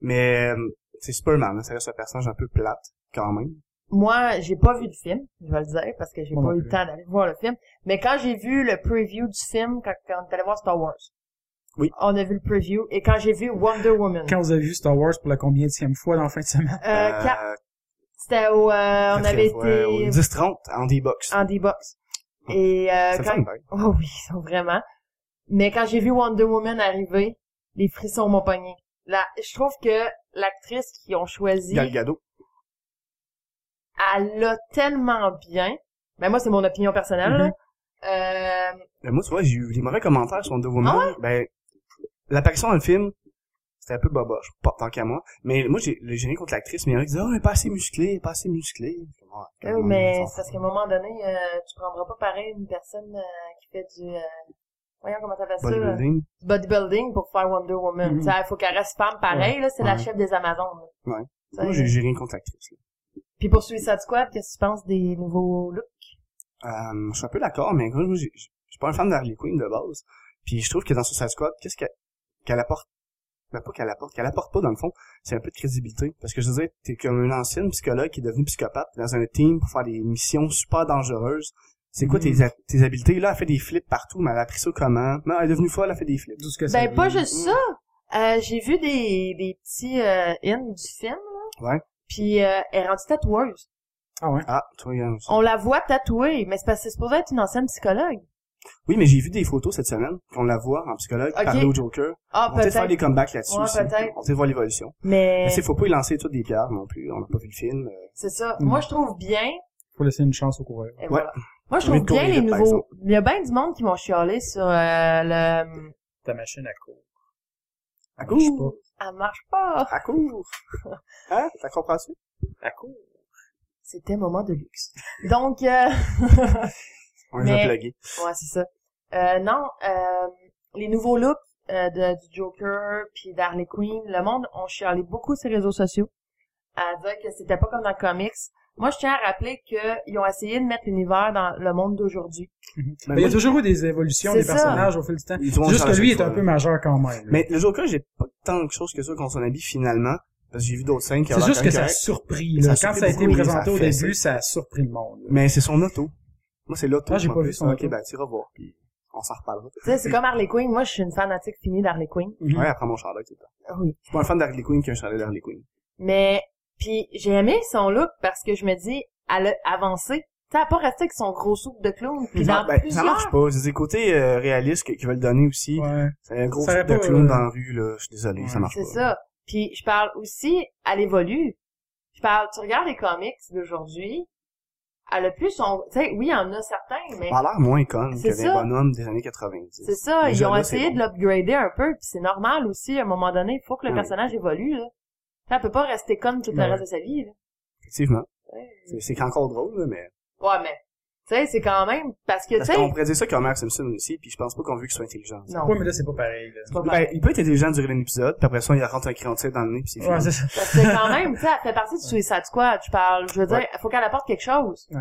S4: Mais euh, c'est Superman. hein, Ça reste un personnage un peu plate quand même.
S6: Moi, j'ai pas vu le film, je vais le dire, parce que j'ai
S5: Moi
S6: pas
S5: non
S6: eu le
S5: plus.
S6: temps d'aller voir le film. Mais quand j'ai vu le preview du film, quand, quand on est allé voir Star Wars.
S4: Oui.
S6: On a vu le preview. Et quand j'ai vu Wonder Woman.
S5: Quand vous avez vu Star Wars pour la combien de fois dans la fin de semaine? (laughs)
S6: Euh, quand- c'était au, euh, on avait été Euh,
S4: 10-30 en D-Box.
S6: en D-Box. Et, euh,
S4: C'est le
S6: quand,
S4: fun, pareil.
S6: (laughs) Oh oui, ils sont vraiment. Mais quand j'ai vu Wonder Woman arriver, les frissons m'ont pogné. Là, je trouve que l'actrice qu'ils ont choisie,
S4: Gal Gadot.
S6: elle l'a tellement bien. Ben moi, c'est mon opinion personnelle. là. Euh,
S4: Mais Ben, moi, tu vois, j'ai eu des mauvais commentaires sur Wonder Woman.
S6: Ah
S4: Ben, l'apparition dans le film, c'était un peu boboche, pas tant qu'à moi. Mais moi, j'ai j'ai rien contre l'actrice, mais il y en a qui disent « Oh, elle est pas assez musclée, elle est pas assez musclée. » Ah
S6: oui, mais c'est parce qu'à un moment donné, euh, tu prendras pas pareil une personne euh, qui fait du... euh, voyons comment ça s'appelle ça. là.
S4: Bodybuilding. Mm-hmm.
S6: Du bodybuilding pour faire Wonder Woman.
S5: Mhm.
S6: Tu sais, Il faut qu'elle reste femme pareil. là, C'est la
S4: Ouais.
S6: chef des Amazones. là.
S4: Ouais.
S6: Tu sais.
S4: Moi, j'ai j'ai rien contre l'actrice. là.
S6: Puis pour Suicide Squad, qu'est-ce que tu penses des nouveaux looks?
S4: Euh, je suis un peu d'accord, mais moi, j'ai- je je suis pas un fan d'Harley Quinn de base. Puis je trouve que dans Suicide Squad, qu'est-ce qu'elle qu'elle apporte ben pas qu'elle apporte, qu'elle apporte pas dans le fond, c'est un peu de crédibilité. Parce que je veux dire, t'es comme une ancienne psychologue qui est devenue psychopathe dans un team pour faire des missions super dangereuses. C'est quoi
S6: Mm.
S4: tes, ha- tes habiletés? Là, elle fait des flips partout, mais elle a appris ça comment? Non, elle est devenue folle, elle a fait des flips.
S5: Tout ce que ça
S6: Ben, pas
S5: vient.
S6: juste ça. Euh, j'ai vu des, des petits euh, in du film, là.
S4: Ouais.
S6: Puis euh, elle est rendue tatoueuse.
S5: Ah ouais.
S4: Ah, toi, regarde ça.
S6: On la voit tatouée, mais c'est parce que c'est supposé être une ancienne psychologue.
S4: Oui, mais j'ai vu des photos cette semaine, qu'on la voit en psychologue,
S6: Ok.
S4: parler au Joker.
S6: Ah,
S4: On peut faire
S6: peut-être.
S4: des comebacks là-dessus
S6: Ouais,
S4: aussi.
S6: peut-être.
S4: On peut voir l'évolution.
S6: Mais
S4: Mais c'est, faut pas y lancer toutes des pierres non plus. On n'a pas vu le film. euh,
S6: c'est ça.
S5: Mm.
S6: Moi, je trouve bien...
S5: Faut laisser une chance au coureur.
S6: et voilà. Moi, je
S4: Oui,
S6: trouve bien
S4: courir,
S6: les
S4: par
S6: nouveaux... Il y a bien du monde qui m'ont chialé sur euh, le...
S5: Ta machine à court.
S4: À
S5: Je sais
S4: court.
S5: pas.
S6: Elle marche pas.
S4: À court. (laughs) hein? T'as compris-tu?
S5: À court.
S6: C'était un moment de luxe. Donc... euh, (laughs)
S4: On les
S6: Mais-
S4: a plugués.
S6: Ouais, c'est ça. Euh, non, euh, les nouveaux looks euh, de, du Joker puis d'Harley Quinn, le monde ont chialé beaucoup sur les réseaux sociaux à dire que c'était pas comme dans le comics. Moi, je tiens à rappeler qu'ils ont essayé de mettre l'univers dans le monde d'aujourd'hui.
S4: Mais
S5: Ben, il y a
S4: moi,
S5: toujours eu des évolutions
S6: C'est
S5: des
S6: ça.
S5: personnages au fil du temps.
S4: ils vont
S5: C'est Juste
S4: changer
S5: que lui est
S4: ça,
S5: un
S4: là.
S5: peu majeur quand même. là.
S4: Mais le Joker, j'ai pas tant de choses que ça contre son habit finalement. Parce que j'ai vu d'autres scènes qui ont
S5: C'est
S4: l'air
S5: juste que
S4: correctes.
S5: ça a surpris. Là.
S4: Ça a
S5: Quand
S4: surpris
S5: ça a été
S4: beaucoup, oui,
S5: présenté
S4: ça a
S5: au
S4: fait
S5: début, ça a surpris le monde. là.
S4: Mais c'est son auto. Moi, c'est l'auto.
S5: Ah, j'ai
S4: qui m'a
S5: pas
S4: fait
S5: vu son
S4: ça.
S5: auto.
S4: Ok, ben, tu vas voir. Puis, on s'en reparlera.
S6: Tu
S4: (laughs)
S6: sais, c'est comme Harley Quinn. Moi, je suis une fanatique finie d'Harley Quinn.
S4: Ouais, après mon chandail, tout le temps.
S6: Oui.
S4: Je suis pas un fan d'Harley Quinn qu'un chandail d'Harley Quinn.
S6: Mais, puis j'ai aimé son look parce que je me dis, elle a avancé. Tu sais, elle a pas resté avec son gros soupe de clown. Puis dans
S4: ben, ça
S6: plusieurs...
S4: marche pas. C'est des côtés euh, réalistes que- qu'ils veulent donner aussi.
S5: Ouais.
S4: C'est un gros
S5: Ça aurait
S4: truc de
S5: pas,
S4: clown
S5: euh,
S4: dans la rue, là. Je suis désolé,
S5: Ouais.
S4: ça marche
S6: C'est
S4: pas.
S6: ça. Puis je parle aussi, elle évolue. Je parle, tu regardes les comics d'aujourd'hui, elle a plus son, tu sais, oui, il y en a certains, mais
S4: Elle a l'air moins conne que
S6: C'est
S4: des
S6: ça.
S4: bonhommes des années 90.
S6: c'est ça,
S4: Déjà,
S6: ils ont
S4: là, c'est
S6: essayé
S4: bon.
S6: de l'upgrader un peu, puis c'est normal aussi, à un moment donné, il faut que le
S4: Ouais.
S6: personnage évolue, là. Elle peut pas rester comme tout le
S5: Ouais.
S6: reste de sa vie, là.
S4: Effectivement. C'est- C'est encore drôle, là, mais...
S6: Ouais, mais, tu sais, c'est quand même, parce que, tu
S4: Parce
S6: sais,
S4: qu'on pourrait dire ça qu'Homer Simpson aussi, puis je pense pas qu'on veut qu'il soit intelligent.
S6: non,
S5: Ouais, mais là, c'est pas pareil. là.
S6: c'est pas
S4: Ben,
S6: pareil.
S4: il peut être intelligent durant un épisode, puis après ça, il rentre un crayon de tir dans le nez, puis c'est fini.
S5: Ouais, c'est ça.
S6: Parce que quand même, tu sais, elle fait partie du Suicide Squad, je parle, je veux dire,
S4: Ouais.
S6: faut qu'elle apporte quelque chose.
S5: Ouais.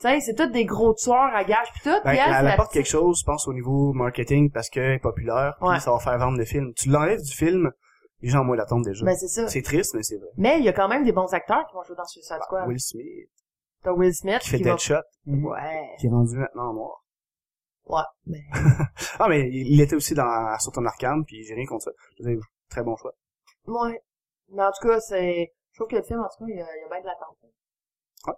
S6: Tu sais, c'est toutes des gros tueurs à gages, puis tout,
S4: Ben,
S6: puis elle,
S4: elle,
S6: c'est la
S4: apporte
S6: petite-
S4: quelque chose, je pense, au niveau marketing, parce qu'elle est populaire, puis
S6: Ouais.
S4: ça va faire vendre le film. Tu l'enlèves du film, les gens, moi, l'attendent déjà.
S6: Ben, c'est ça.
S4: c'est triste, mais c'est vrai.
S6: Mais il y a quand même des bons acteurs qui vont jouer dans
S5: Bah,
S6: Suicide Squad.
S4: Will Smith,
S6: T'as Will Smith
S4: qui
S6: qui,
S4: fait
S6: va...
S4: Deadshot,
S6: Ouais,
S4: qui est rendu maintenant noir.
S6: ouais. Mais...
S4: Ah, mais il il était aussi dans Surton Arkham, puis j'ai rien contre ça. Je veux dire, Très bon choix.
S6: ouais. Mais en tout cas, c'est... Je trouve que le film, en tout cas, il y a, il y a bien de l'attente.
S4: Ouais.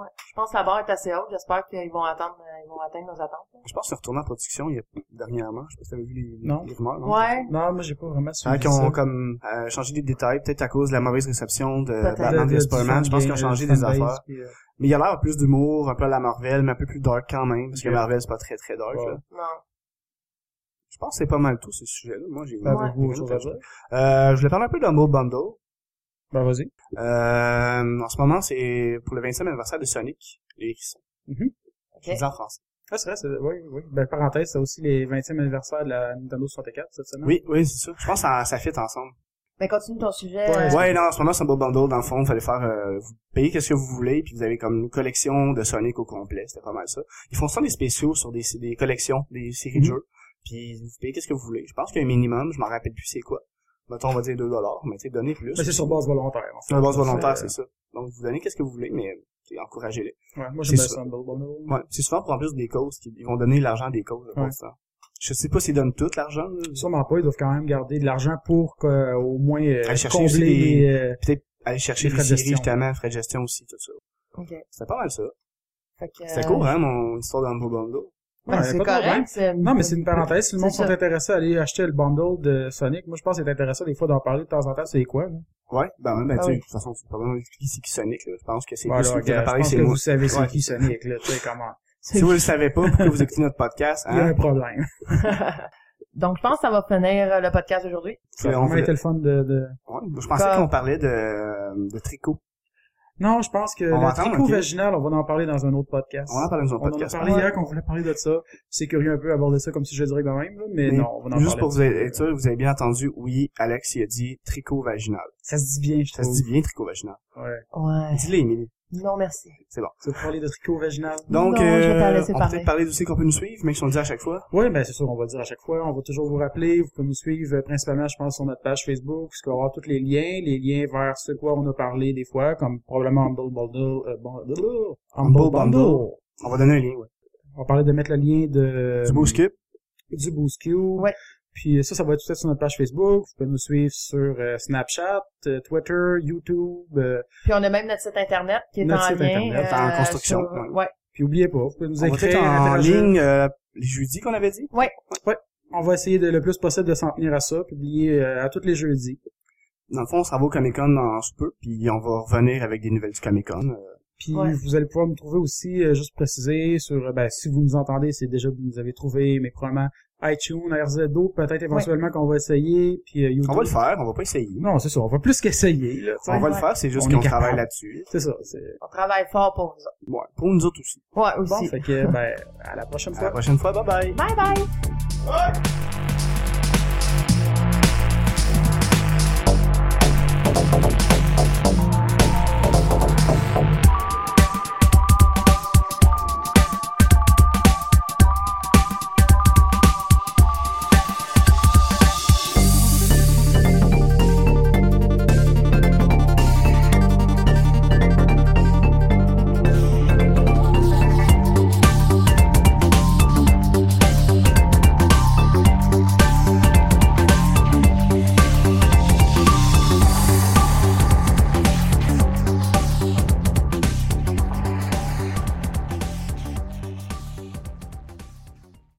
S6: Ouais. Je pense que la barre est assez haute. J'espère qu'ils vont attendre, euh, ils vont atteindre nos attentes.
S4: Je pense que retourné en production il y a dernièrement. Je sais pas si t'avais vu les,
S5: Non.
S4: les rumeurs. non?
S6: Ouais.
S5: Non, moi, j'ai pas vraiment suivi
S4: Hein, qui ont
S5: ça.
S4: comme euh, changé des détails, peut-être à cause de la mauvaise réception de
S6: Peut-être.
S4: Batman
S5: De-
S4: et
S5: de-
S4: Superman.
S5: du
S4: Je pense
S5: fan-
S4: qu'ils ont changé
S5: du
S4: des
S5: fanbase,
S4: affaires.
S5: puis, euh,
S4: Mais il y a l'air plus d'humour, un peu à la Marvel, mais un peu plus dark quand même, parce que
S5: Ok.
S4: Marvel c'est pas très très dark.
S5: Ouais.
S4: là.
S6: Non.
S4: Je pense que c'est pas mal tout ce sujet-là. Moi j'ai.
S5: Avez-vous autre chose à dire?
S4: Euh, je voulais parler un peu d'un mot bundle.
S5: Ben, vas-y.
S4: Euh, en ce moment c'est pour le 25e anniversaire de Sonic. Les qui sont
S5: Mhm.
S6: Ok.
S4: en français.
S5: Ah, c'est vrai, c'est, oui, oui. Ben, parenthèse, c'est aussi les 20e anniversaire de la Nintendo 64 cette semaine.
S4: Oui, oui, c'est ça. Je pense que ça, ça fit ensemble.
S6: Mais continue ton sujet.
S5: Ouais.
S6: euh,
S4: Ouais, non, en ce moment, c'est un beau bundle, dans le fond. Il fallait faire, euh, vous payez qu'est-ce que vous voulez, puis vous avez comme une collection de Sonic au complet. C'était pas mal ça. Ils font ça des spéciaux sur des, des collections, des séries de
S5: Mhm.
S4: jeux. Puis vous payez qu'est-ce que vous voulez. Je pense qu'il y a un minimum, je m'en rappelle plus c'est quoi. Mettons, on va dire 2 dollars, mais tu sais, donnez plus.
S5: Mais Ben, c'est sur base volontaire. En fait. euh,
S4: Sur la base volontaire,
S5: C'est-
S4: c'est ça. Donc, vous donnez qu'est-ce que vous voulez, mais tu sais, encouragez-les.
S5: Ouais, moi,
S4: C'est
S5: j'aime bien
S4: ça.
S5: ça. un bundle.
S4: Ouais, c'est souvent pour en plus des causes qu'ils ils vont donner l'argent des causes, je
S5: Ouais.
S4: pense. hein. Je sais pas s'ils donnent tout l'argent. là.
S5: Sûrement pas, ils doivent quand même garder de l'argent pour qu'au moins euh,
S4: Aller chercher
S5: combler
S4: aussi des-
S5: les... euh,
S4: Peut-être aller chercher
S5: Les
S4: les
S5: frais de
S4: séries,
S5: gestion.
S4: justement, frais de gestion aussi, tout ça.
S6: Ok.
S4: C'était pas mal ça.
S6: Fait que,
S4: C'était
S6: euh,
S4: cool, hein, mon histoire d'un beau bundle.
S6: ouais,
S5: Ouais,
S6: c'est
S5: pas de problème.
S6: correct. c'est-
S5: Non, mais c'est une parenthèse. Si le monde
S6: C'est
S5: sont
S6: ça.
S5: intéressés à aller acheter le bundle de Sonic, moi, je pense que c'est intéressant des fois d'en parler de temps en temps, c'est quoi, là.
S4: Ouais, ben, ben,
S6: Ah
S4: tu sais,
S6: oui.
S4: de toute façon, c'est pas vraiment expliquer c'est qui Sonic, là. Je pense que c'est
S5: Bon,
S4: plus
S5: là,
S4: vous
S5: regarde,
S4: préparer,
S5: je pense
S4: c'est
S5: que
S4: moi.
S5: vous savez c'est
S4: Ouais.
S5: qui Sonic, là, tu sais comment.
S4: Si vous le savez pas, pourquoi vous écoutez notre podcast,
S5: Il y a un
S4: hein?
S5: problème.
S6: Donc, je pense que ça va finir euh, le podcast d'aujourd'hui.
S4: Tu sais, on
S5: Comment
S4: voulait-
S5: était le fun de, de...
S4: Ouais, je pensais
S6: Comme-
S4: qu'on parlait de, de tricot.
S5: Non, je pense que
S4: On
S5: le
S4: va attendre,
S5: tricot
S4: ok.
S5: vaginal, on va en parler dans un autre podcast.
S4: On en parle dans un
S5: On en a
S4: podcast.
S5: parlé hier qu'on voulait parler de ça. C'est curieux un peu aborder ça comme sujet direct de même, là, mais,
S4: Mais
S5: non, on va en
S4: Juste
S5: parler.
S4: pour vous être sûr, vous avez bien entendu, oui, Alex, il a dit tricot vaginal.
S5: Ça se dit bien, je
S4: Ça
S5: trouve.
S4: se dit bien, tricot vaginal.
S5: Ouais.
S6: Ouais.
S4: Dis-le, Émilie.
S6: Non, merci.
S5: Tu veux parler de tricot vaginal?
S4: Donc, euh,
S6: Non, je vais t'en laisser
S4: on peut
S6: parler.
S4: peut-être parler aussi qu'on peut nous suivre, mais que si on le dit à chaque fois.
S5: Oui, ben c'est sûr, on va le dire à chaque fois. On va toujours vous rappeler. Vous pouvez nous suivre euh, principalement, je pense, sur notre page Facebook, parce qu'on va avoir tous les liens, les liens vers ce quoi on a parlé des fois, comme probablement Humble Bundle. euh, bon- blablabla.
S4: Humble
S5: Humble
S4: Bundle.
S5: Bundle.
S4: On va donner un lien, ouais.
S5: On parlait de mettre le lien de...
S4: Du beau skip.
S5: Du BoostQ.
S6: Ouais.
S5: Puis euh, ça, ça va être tout ça sur notre page Facebook. Vous pouvez nous suivre sur euh, Snapchat, euh, Twitter, YouTube. euh,
S6: Puis on a même notre site internet qui est
S5: Notre
S6: en
S5: site
S6: lien. euh,
S5: internet
S4: en construction,
S6: sur-
S4: ouais.
S6: Ouais.
S5: puis oubliez pas, vous pouvez nous
S4: On va être
S5: écrire.
S4: en
S5: interagir.
S4: ligne, euh, les jeudis qu'on avait dit.
S5: On va essayer de, le plus possible de s'en tenir à ça, publier euh, à tous les jeudis.
S4: Dans le fond, on s'en va au Comic-Con dans ce peu, puis on va revenir avec des nouvelles du Comic-Con. euh,
S5: Puis
S6: Ouais.
S5: vous allez pouvoir me trouver aussi, euh, juste préciser, sur, euh, ben, si vous nous entendez, c'est déjà que vous nous avez trouvé, mais probablement iTunes, RZO, peut-être éventuellement qu'on va essayer, puis euh, YouTube.
S4: On va le faire, on va pas essayer.
S5: Non, c'est ça, on va plus qu'essayer, là. tu sais.
S4: on va le
S6: ouais.
S4: faire, c'est juste
S5: On est
S4: qu'on travaille
S5: capable.
S4: là-dessus.
S5: C'est ça, c'est...
S6: On travaille fort pour vous. autres.
S4: Ouais, pour nous autres aussi.
S6: Ouais, aussi.
S5: Bon, fait que, ben, à la prochaine
S4: À
S5: fois.
S4: la prochaine fois, bye bye!
S6: Bye bye!